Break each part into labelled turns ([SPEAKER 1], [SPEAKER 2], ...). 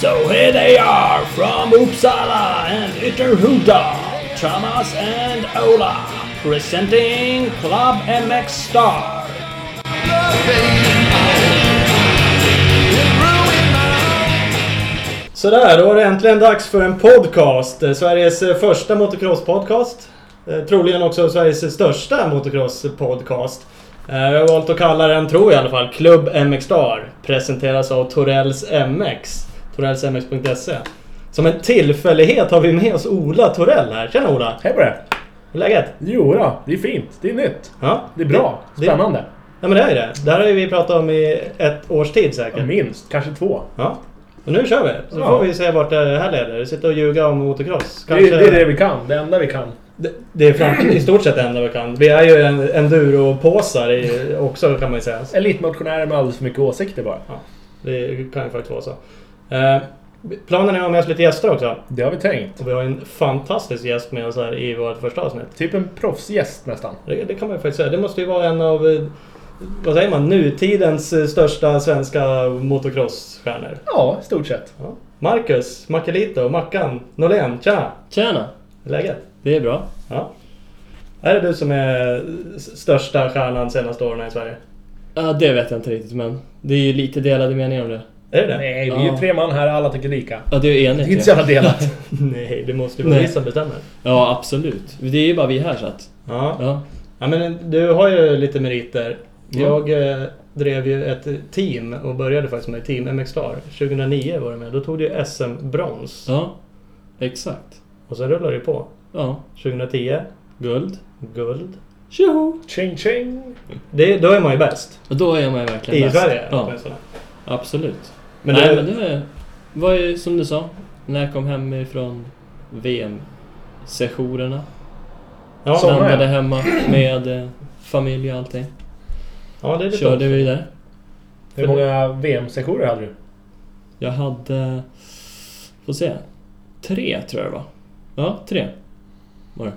[SPEAKER 1] So here they are from Uppsala and Ytterhuda, Thomas and Ola, presenting Club MX Star.
[SPEAKER 2] Sådär, då var det äntligen dags för en podcast. Eh, Sveriges eh, första motocross-podcast. Eh, Troligen också Sveriges största motocross-podcast. Eh, Jag har valt att kalla den, tror jag i alla fall, Klubb MX Star. Presenteras av Torells MX. Torellsmx.se. E. Som en tillfällighet har vi med oss Ola Torell här. Tjena Ola!
[SPEAKER 3] Hej på det!
[SPEAKER 2] Hur är läget?
[SPEAKER 3] Jo då, det är fint. Det är nytt.
[SPEAKER 2] Ja,
[SPEAKER 3] Det är bra.
[SPEAKER 2] Det-
[SPEAKER 3] Spännande.
[SPEAKER 2] Ja men det är ju det. Det här har ju vi pratat om i ett års tid
[SPEAKER 3] Ja,
[SPEAKER 2] säkert.
[SPEAKER 3] minst, kanske två.
[SPEAKER 2] Ja. Och nu kör vi! Så
[SPEAKER 3] Ja.
[SPEAKER 2] får vi se vart det här leder. Sitta och ljuga om motocross.
[SPEAKER 3] Det, är- det är det vi kan. Det enda vi kan.
[SPEAKER 2] Det, det är fram, i stort sett det enda vi kan. Vi är ju en enduropåsar i- också kan man ju säga.
[SPEAKER 3] Elitmotionärer med alldeles för mycket åsikter bara.
[SPEAKER 2] Det kan ju faktiskt vara så. Eh, planen är att ha med oss lite gäster också.
[SPEAKER 3] Det har vi tänkt.
[SPEAKER 2] Och vi har en fantastisk gäst med oss här i vårt första avsnitt.
[SPEAKER 3] Typ en proffsgäst nästan.
[SPEAKER 2] Det, det kan man ju faktiskt säga. Det måste ju vara en av, eh, vad säger man, nutidens eh, största svenska motocrossstjärnor.
[SPEAKER 3] Ja, i stort sett.
[SPEAKER 2] Ja. Marcus, Mackelito, Mackan, Norlén. Tjena!
[SPEAKER 4] Tjena!
[SPEAKER 2] Hur är läget?
[SPEAKER 4] Det är bra.
[SPEAKER 2] Ja. Är det du som är s- största stjärnan senaste åren här i Sverige?
[SPEAKER 4] Ja, det vet jag inte riktigt men det är ju lite delade meningar om det.
[SPEAKER 2] Är det det?
[SPEAKER 3] Nej, vi är ju
[SPEAKER 4] Ja.
[SPEAKER 3] tre man här alla tycker lika.
[SPEAKER 4] Ja, det är ju
[SPEAKER 3] Det är
[SPEAKER 4] enigt
[SPEAKER 3] inte så
[SPEAKER 4] ju.
[SPEAKER 3] jävla delat.
[SPEAKER 2] Nej, det måste ju vara
[SPEAKER 4] Nej.
[SPEAKER 2] vi som bestämmer.
[SPEAKER 4] Ja, absolut. Det är ju bara vi här så att...
[SPEAKER 2] Ja.
[SPEAKER 4] Ja.
[SPEAKER 2] ja, men du har ju lite meriter.
[SPEAKER 4] Ja.
[SPEAKER 2] Jag eh, drev ju ett team och började faktiskt med team MX Star. 2009 var det med. Då tog du SM-brons.
[SPEAKER 4] Ja. Exakt.
[SPEAKER 2] Och sen rullade det på.
[SPEAKER 4] Ja.
[SPEAKER 2] 2010,
[SPEAKER 4] Guld.
[SPEAKER 2] guld.
[SPEAKER 4] Tjoho!
[SPEAKER 3] Ching ching!
[SPEAKER 2] Det, då är man ju bäst.
[SPEAKER 4] Och då är man ju verkligen
[SPEAKER 2] I
[SPEAKER 4] bäst.
[SPEAKER 2] Sverige
[SPEAKER 4] Ja,
[SPEAKER 2] åtminstone.
[SPEAKER 4] absolut.
[SPEAKER 2] Men
[SPEAKER 4] Nej,
[SPEAKER 2] det-
[SPEAKER 4] men det var ju som du sa. När jag kom hem ifrån VM-sessionerna.
[SPEAKER 2] Ja,
[SPEAKER 3] Så-
[SPEAKER 4] Landade
[SPEAKER 3] ja.
[SPEAKER 4] hemma med eh, familj och allting.
[SPEAKER 2] ja, det är lite
[SPEAKER 4] Körde vi där.
[SPEAKER 3] Hur många VM-sessioner hade du?
[SPEAKER 4] Jag hade... Får se. Tre tror jag det var. Ja, tre. Var det.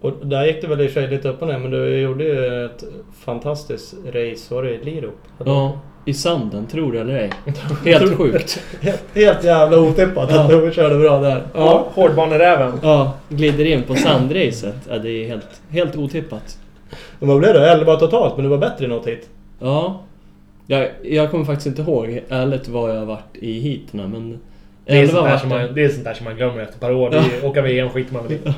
[SPEAKER 2] Och där gick det väl i och för sig lite upp och ner, men du gjorde ju ett fantastiskt race. Var det i Lirup?
[SPEAKER 4] Ja, i sanden, tror du eller ej. Helt sjukt.
[SPEAKER 2] Helt, helt jävla otippat att
[SPEAKER 4] Ja.
[SPEAKER 2] du körde bra där.
[SPEAKER 3] Ja. Hårdbaneräven.
[SPEAKER 4] Ja, glider in på sandracet. Ja, det är helt, helt otippat.
[SPEAKER 2] Men vad blev det? 11 totalt, men du var bättre i något hit.
[SPEAKER 4] Ja. Jag, jag kommer faktiskt inte ihåg ärligt vad jag varit i heaten men...
[SPEAKER 3] Det är,
[SPEAKER 4] elva
[SPEAKER 3] sånt där
[SPEAKER 4] vart
[SPEAKER 3] som
[SPEAKER 4] jag.
[SPEAKER 3] man, det är sånt där som man glömmer efter ett par år. Det är, åka VM skiter man väl i.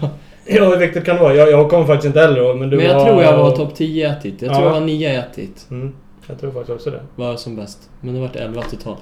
[SPEAKER 2] Ja, hur viktigt kan det vara? Jag, jag kommer faktiskt inte heller ihåg, men du
[SPEAKER 4] Men
[SPEAKER 2] var...
[SPEAKER 4] jag tror jag var topp 10 i ett hit. Jag tror
[SPEAKER 2] Ja.
[SPEAKER 4] jag var 9 i ett hit.
[SPEAKER 2] Mm, jag tror faktiskt också det.
[SPEAKER 4] Var jag som bäst. Men det vart 11 totalt.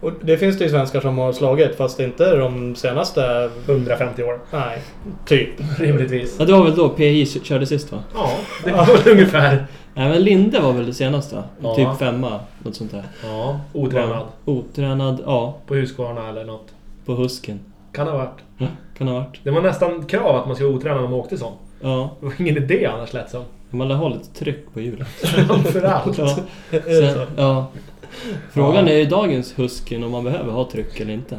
[SPEAKER 2] Och det finns det ju svenskar som har slagit, fast inte de senaste...
[SPEAKER 3] 150 år.
[SPEAKER 2] Nej, typ.
[SPEAKER 3] Rimligtvis.
[SPEAKER 4] Ja, det var väl då PI körde sist va?
[SPEAKER 3] Ja, det var väl ungefär.
[SPEAKER 4] Nej men Linde var väl det senaste va?
[SPEAKER 3] Ja.
[SPEAKER 4] Typ femma, något sånt där.
[SPEAKER 3] Ja, otränad.
[SPEAKER 4] Otränad, ja.
[SPEAKER 3] På Husqvarna eller något.
[SPEAKER 4] På husken.
[SPEAKER 3] Kan ha varit.
[SPEAKER 4] Ja, kan ha varit.
[SPEAKER 3] Det var nästan krav att man skulle vara otränad när man åkte sån.
[SPEAKER 4] Ja.
[SPEAKER 3] Det var ingen idé annars lät som.
[SPEAKER 4] Man har hållit tryck på hjulet.
[SPEAKER 3] Framförallt.
[SPEAKER 4] Ja.
[SPEAKER 2] Är det så?
[SPEAKER 4] ja. Frågan är ju dagens husken om man behöver ha tryck eller inte.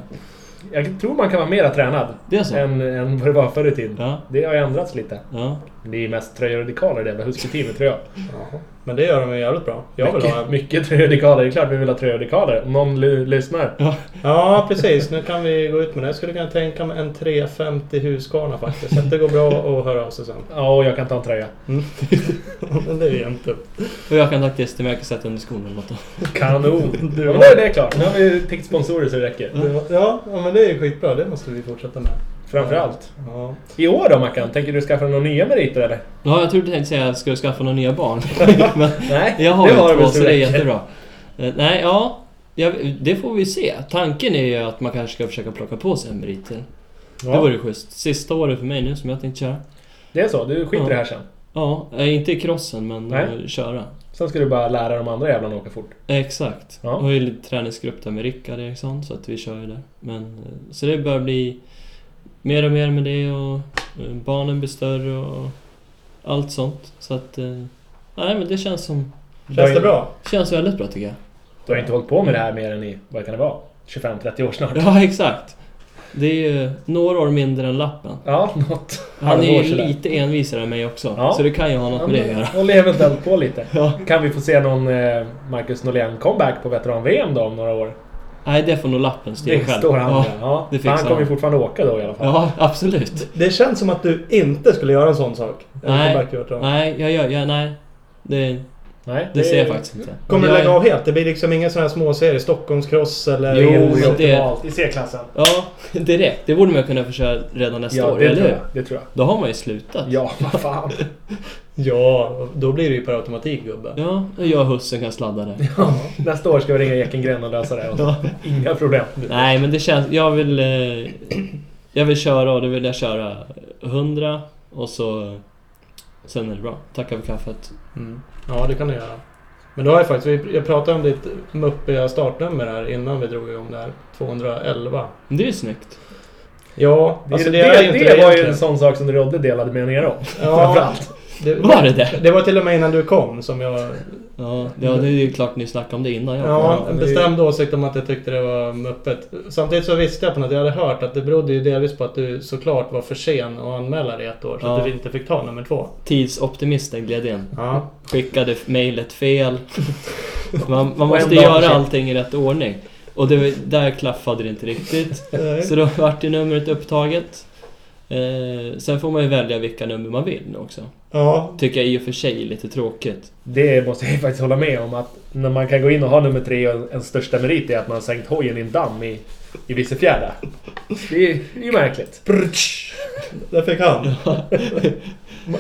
[SPEAKER 3] Jag tror man kan vara mera tränad.
[SPEAKER 4] Det är så?
[SPEAKER 3] Än, än vad det var förr i tiden.
[SPEAKER 4] Ja.
[SPEAKER 3] Det har ju ändrats lite.
[SPEAKER 4] Ja.
[SPEAKER 3] Det är ju mest tröjor och dekaler i det jävla Husky-teamet tror jag.
[SPEAKER 2] Men det gör de ju jävligt bra. Jag vill ha...
[SPEAKER 3] Mycket, mycket tröjor och dekaler. Det är klart vi vill ha tröjor och dekaler. Om någon l- lyssnar.
[SPEAKER 4] ja.
[SPEAKER 2] Ja, precis. Nu kan vi gå ut med det. Jag skulle kunna tänka mig en 350 Husqvarna faktiskt. Så att det går bra att höra av sig sen.
[SPEAKER 3] Ja, och jag kan ta en tröja.
[SPEAKER 2] Mm. Men det är jämnt upp.
[SPEAKER 4] Och jag kan faktiskt men jag kan sätta under skon eller något. då.
[SPEAKER 3] Kanon!
[SPEAKER 2] Du
[SPEAKER 3] ja, men då
[SPEAKER 2] har-
[SPEAKER 3] är det klart. Nu har vi täckt sponsorer så det räcker.
[SPEAKER 2] Ja, ja, men det är ju skitbra. Det måste vi fortsätta med.
[SPEAKER 3] Framförallt.
[SPEAKER 2] Ja.
[SPEAKER 3] I år då Mackan? Tänker du skaffa några nya meriter eller?
[SPEAKER 4] Ja, jag trodde tänkte säga ska du skaffa några nya barn. men
[SPEAKER 3] Nej,
[SPEAKER 4] jag har
[SPEAKER 3] det
[SPEAKER 4] ju
[SPEAKER 3] har du
[SPEAKER 4] två
[SPEAKER 3] väl
[SPEAKER 4] så
[SPEAKER 3] så
[SPEAKER 4] det är
[SPEAKER 3] räcker.
[SPEAKER 4] jättebra. Eh, Nej, ja. Jag, det får vi se. Tanken är ju att man kanske ska försöka plocka på sig en meriter. Det vore ju schysst. Sista året för mig nu som jag tänkte köra.
[SPEAKER 3] Det är så, du skiter i det här sen.
[SPEAKER 4] Ja, eh, inte i crossen men
[SPEAKER 3] Nej.
[SPEAKER 4] eh, köra. Eh,
[SPEAKER 3] Sen ska du bara lära de andra jävlarna att åka fort.
[SPEAKER 4] Exakt.
[SPEAKER 3] Ja.
[SPEAKER 4] Och jag har ju lite träningsgrupp där med Rickard Eriksson så att vi kör ju där. Men, eh, så det börjar bli mer och mer med det och eh, barnen blir större och allt sånt. Så att... eh, Nej men det känns som...
[SPEAKER 2] Känns det bra?
[SPEAKER 4] Känns väldigt bra tycker jag.
[SPEAKER 3] Du har inte hållit på med det här mer än i, vad kan det vara? 25-30 år snart.
[SPEAKER 4] Ja exakt! Det är ju några år mindre än lappen.
[SPEAKER 3] Ja, något
[SPEAKER 4] Han är ju
[SPEAKER 3] halvår sådär.
[SPEAKER 4] lite envisare än mig också.
[SPEAKER 3] Ja.
[SPEAKER 4] Så det kan ju ha något med det att göra.
[SPEAKER 3] Och lever eventuellt på lite.
[SPEAKER 4] Ja.
[SPEAKER 3] Kan vi få se någon eh, Marcus Norlén comeback på veteran-VM då om några år?
[SPEAKER 4] Nej, det får nog lappen styra
[SPEAKER 3] Det
[SPEAKER 4] själv.
[SPEAKER 3] står han
[SPEAKER 4] ja.
[SPEAKER 3] med. ja.
[SPEAKER 4] det
[SPEAKER 3] För Han
[SPEAKER 4] fixar
[SPEAKER 3] kommer ju
[SPEAKER 4] han.
[SPEAKER 3] fortfarande åka då i alla fall.
[SPEAKER 4] ja, absolut.
[SPEAKER 2] Det känns som att du inte skulle göra en sån sak. En
[SPEAKER 4] Nej.
[SPEAKER 2] comeback, jag tror.
[SPEAKER 4] Nej, jag gör... Jag, nej. Det,
[SPEAKER 3] Nej,
[SPEAKER 4] det ser jag
[SPEAKER 3] är-
[SPEAKER 4] faktiskt inte.
[SPEAKER 2] Kommer du
[SPEAKER 4] jag,
[SPEAKER 2] lägga av helt? Det blir liksom inga såna här småserier? Stockholmscross eller...
[SPEAKER 3] Jo,
[SPEAKER 4] Jo,
[SPEAKER 3] det är
[SPEAKER 4] men det-
[SPEAKER 3] optimalt. I C-klassen.
[SPEAKER 4] Ja, direkt. Det borde man kunna försöka redan nästa
[SPEAKER 3] Ja,
[SPEAKER 4] år,
[SPEAKER 3] det
[SPEAKER 4] eller
[SPEAKER 3] tror
[SPEAKER 4] hur?
[SPEAKER 3] jag. Det tror jag.
[SPEAKER 4] Då har man ju slutat.
[SPEAKER 3] Ja, vad fan.
[SPEAKER 2] Ja, då blir det ju per automatik gubbe.
[SPEAKER 4] Ja, jag och hussen kan sladda där.
[SPEAKER 3] Nästa år ska vi ringa Ekengren och lösa det. här. Inga problem.
[SPEAKER 4] Nej, men det känns... Jag vill... eh, Jag vill köra och då vill jag köra 100 och så... Sen är det bra. Tackar för kaffet.
[SPEAKER 2] Mm. Ja, det kan du göra. Men då har jag faktiskt... vi- Jag pratade om ditt muppiga startnummer här innan vi drog igång det här. 211.
[SPEAKER 4] Men det är ju snyggt.
[SPEAKER 2] Ja,
[SPEAKER 3] Det,
[SPEAKER 2] alltså
[SPEAKER 3] det,
[SPEAKER 2] det, är
[SPEAKER 3] det,
[SPEAKER 2] inte det
[SPEAKER 3] var ju
[SPEAKER 2] egentligen.
[SPEAKER 3] en sån sak som Rodde delade med ner om.
[SPEAKER 2] Ja,
[SPEAKER 3] Framförallt.
[SPEAKER 2] det,
[SPEAKER 4] Var det det?
[SPEAKER 2] det var till och med innan du kom som jag...
[SPEAKER 4] Ja, ja det är ju klart ni snackade om det innan jag
[SPEAKER 2] Ja, en
[SPEAKER 3] det är ju-
[SPEAKER 2] bestämd åsikt om att jag tyckte det var muppet. Samtidigt så visste jag på något, jag hade hört att det berodde ju delvis på att du såklart var för sen att anmäla dig ett år. Så
[SPEAKER 4] Ja.
[SPEAKER 2] att du inte fick ta nummer två.
[SPEAKER 4] Tidsoptimisten gled in.
[SPEAKER 2] Ja.
[SPEAKER 4] Skickade mejlet fel. Man, man
[SPEAKER 3] Och en
[SPEAKER 4] måste
[SPEAKER 3] dag
[SPEAKER 4] göra
[SPEAKER 3] för sent.
[SPEAKER 4] allting i rätt ordning. Och det, var- där klaffade det inte riktigt.
[SPEAKER 2] Eh,
[SPEAKER 4] Så då vart ju numret upptaget. Eh, sen får man ju välja vilka nummer man vill nu också.
[SPEAKER 2] Ja.
[SPEAKER 4] Tycker jag i och för sig är lite tråkigt.
[SPEAKER 3] Det måste jag ju faktiskt hålla med om att när man kan gå in och ha nummer tre och en, en största merit är att man har sänkt hojen i en damm i, i Vissefjärda. Det är det är ju märkligt.
[SPEAKER 2] Där fick han.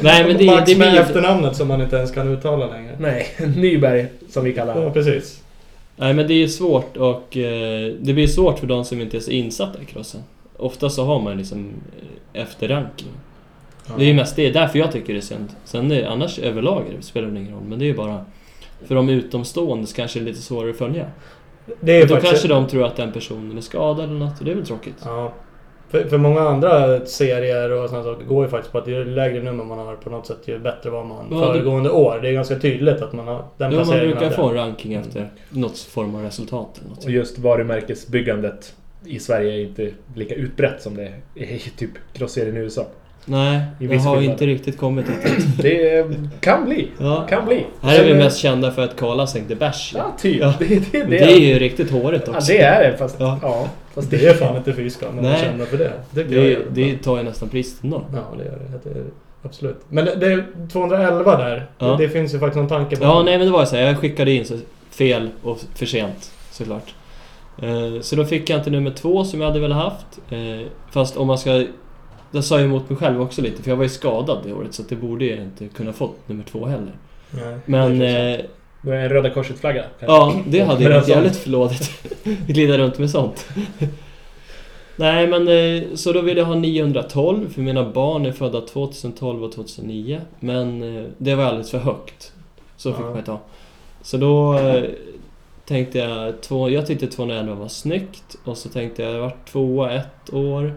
[SPEAKER 4] Nej, men det-
[SPEAKER 2] Max
[SPEAKER 4] det
[SPEAKER 2] med
[SPEAKER 4] blir-
[SPEAKER 2] efternamnet som man inte ens kan uttala längre.
[SPEAKER 3] Nej, Nyberg som vi kallar
[SPEAKER 2] Ja,
[SPEAKER 3] honom.
[SPEAKER 2] precis.
[SPEAKER 4] Nej men det är ju svårt och eh, det blir svårt för de som inte är så insatta i crossen. Ofta så har man liksom eh, efter ranking. Det är ju mest det, är därför jag tycker det är synd. Sen är, annars överlag är det- spelar det ingen roll, men det är ju bara för de utomstående så kanske det är lite svårare att följa.
[SPEAKER 2] Det är
[SPEAKER 4] Då
[SPEAKER 2] faktiskt-
[SPEAKER 4] kanske de tror att den personen är skadad eller något och det är väl tråkigt.
[SPEAKER 2] Ja. För, för många andra serier och sådana saker går ju faktiskt på att ju lägre nummer man har på något sätt ju bättre var man
[SPEAKER 4] Ja, det-
[SPEAKER 2] föregående år. Det är ganska tydligt att man har den
[SPEAKER 4] Ja, man
[SPEAKER 2] placeringen.
[SPEAKER 4] brukar
[SPEAKER 2] hade. Mm.
[SPEAKER 4] få en ranking efter något form av resultat eller något.
[SPEAKER 3] Och just varumärkesbyggandet i Sverige är inte lika utbrett som det är i typ crossserien i USA.
[SPEAKER 4] Nej,
[SPEAKER 3] I
[SPEAKER 4] det
[SPEAKER 3] viss
[SPEAKER 4] har
[SPEAKER 3] skillnad.
[SPEAKER 4] inte riktigt kommit dit.
[SPEAKER 3] Det eh, kan bli.
[SPEAKER 4] Ja.
[SPEAKER 3] Kan bli.
[SPEAKER 4] Här är vi
[SPEAKER 3] Sen, eh,
[SPEAKER 4] mest kända för att Karla sänkte bärs.
[SPEAKER 3] Ja, typ.
[SPEAKER 4] Ja.
[SPEAKER 3] Det, det, det,
[SPEAKER 4] Det är ju riktigt hårigt
[SPEAKER 3] Ja,
[SPEAKER 4] också.
[SPEAKER 3] det är det. Fast,
[SPEAKER 4] Ja.
[SPEAKER 3] ja. fast
[SPEAKER 2] Det är fan inte fy skam om man
[SPEAKER 4] Nej.
[SPEAKER 2] känner för det. Det, tycker jag
[SPEAKER 4] Det,
[SPEAKER 2] gör
[SPEAKER 4] det tar ju nästan priset ändå.
[SPEAKER 2] Ja, det gör det. det är, absolut. Men det, det är 211 där.
[SPEAKER 4] Ja.
[SPEAKER 2] Det, det finns ju faktiskt någon tanke på
[SPEAKER 4] Ja,
[SPEAKER 2] det.
[SPEAKER 4] nej men det var ju så här. Jag skickade in så fel och för sent såklart. Eh, Så då fick jag inte nummer två som jag hade velat haft. Eh, Fast om man ska... Det sa jag emot mig själv också lite, för jag var ju skadad det året så att det borde jag inte kunna fått nummer två heller.
[SPEAKER 2] Nej.
[SPEAKER 4] Men...
[SPEAKER 3] Det är
[SPEAKER 4] eh,
[SPEAKER 3] Då är en Röda Korset-flagga.
[SPEAKER 4] Ja, det hade ju
[SPEAKER 3] Men
[SPEAKER 4] varit
[SPEAKER 3] alltså-
[SPEAKER 4] jävligt förlådigt. Glida runt med sånt. Nej men eh, så då vill jag ha 912 för mina barn är födda 2012 och 2009. Men eh, det var alldeles för högt. Så fick
[SPEAKER 2] Ja.
[SPEAKER 4] man ju ta. Så då eh, tänkte jag, två, jag tyckte 211 var snyggt och så tänkte jag, jag har varit tvåa ett år.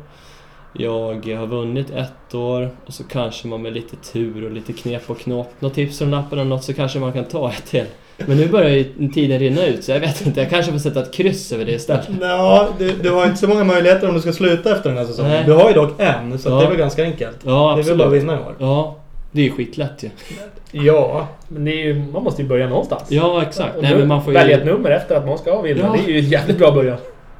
[SPEAKER 4] Jag har vunnit ett år och så kanske man med lite tur och lite knep och knåp, något tips från lappen eller något så kanske man kan ta ett till. Men nu börjar ju tiden rinna ut så jag vet inte, jag kanske får sätta ett kryss över det istället.
[SPEAKER 2] Ja, du, du har inte så många möjligheter om du ska sluta efter den här säsongen.
[SPEAKER 4] Nej.
[SPEAKER 2] Du har ju dock en, så
[SPEAKER 4] Ja.
[SPEAKER 2] det är väl ganska enkelt.
[SPEAKER 4] Ja,
[SPEAKER 2] det är väl bara att
[SPEAKER 4] absolut.
[SPEAKER 2] vinna i år.
[SPEAKER 4] Ja, det är ju skitlätt ju.
[SPEAKER 2] Ja.
[SPEAKER 3] Men det är ju, man måste ju börja någonstans.
[SPEAKER 4] Ja, exakt.
[SPEAKER 3] Och
[SPEAKER 4] Nej,
[SPEAKER 3] nu-
[SPEAKER 4] men man får
[SPEAKER 3] Välja ett
[SPEAKER 4] ju...
[SPEAKER 3] nummer efter att man ska vinna.
[SPEAKER 4] Ja.
[SPEAKER 3] Det är ju en jävligt bra början.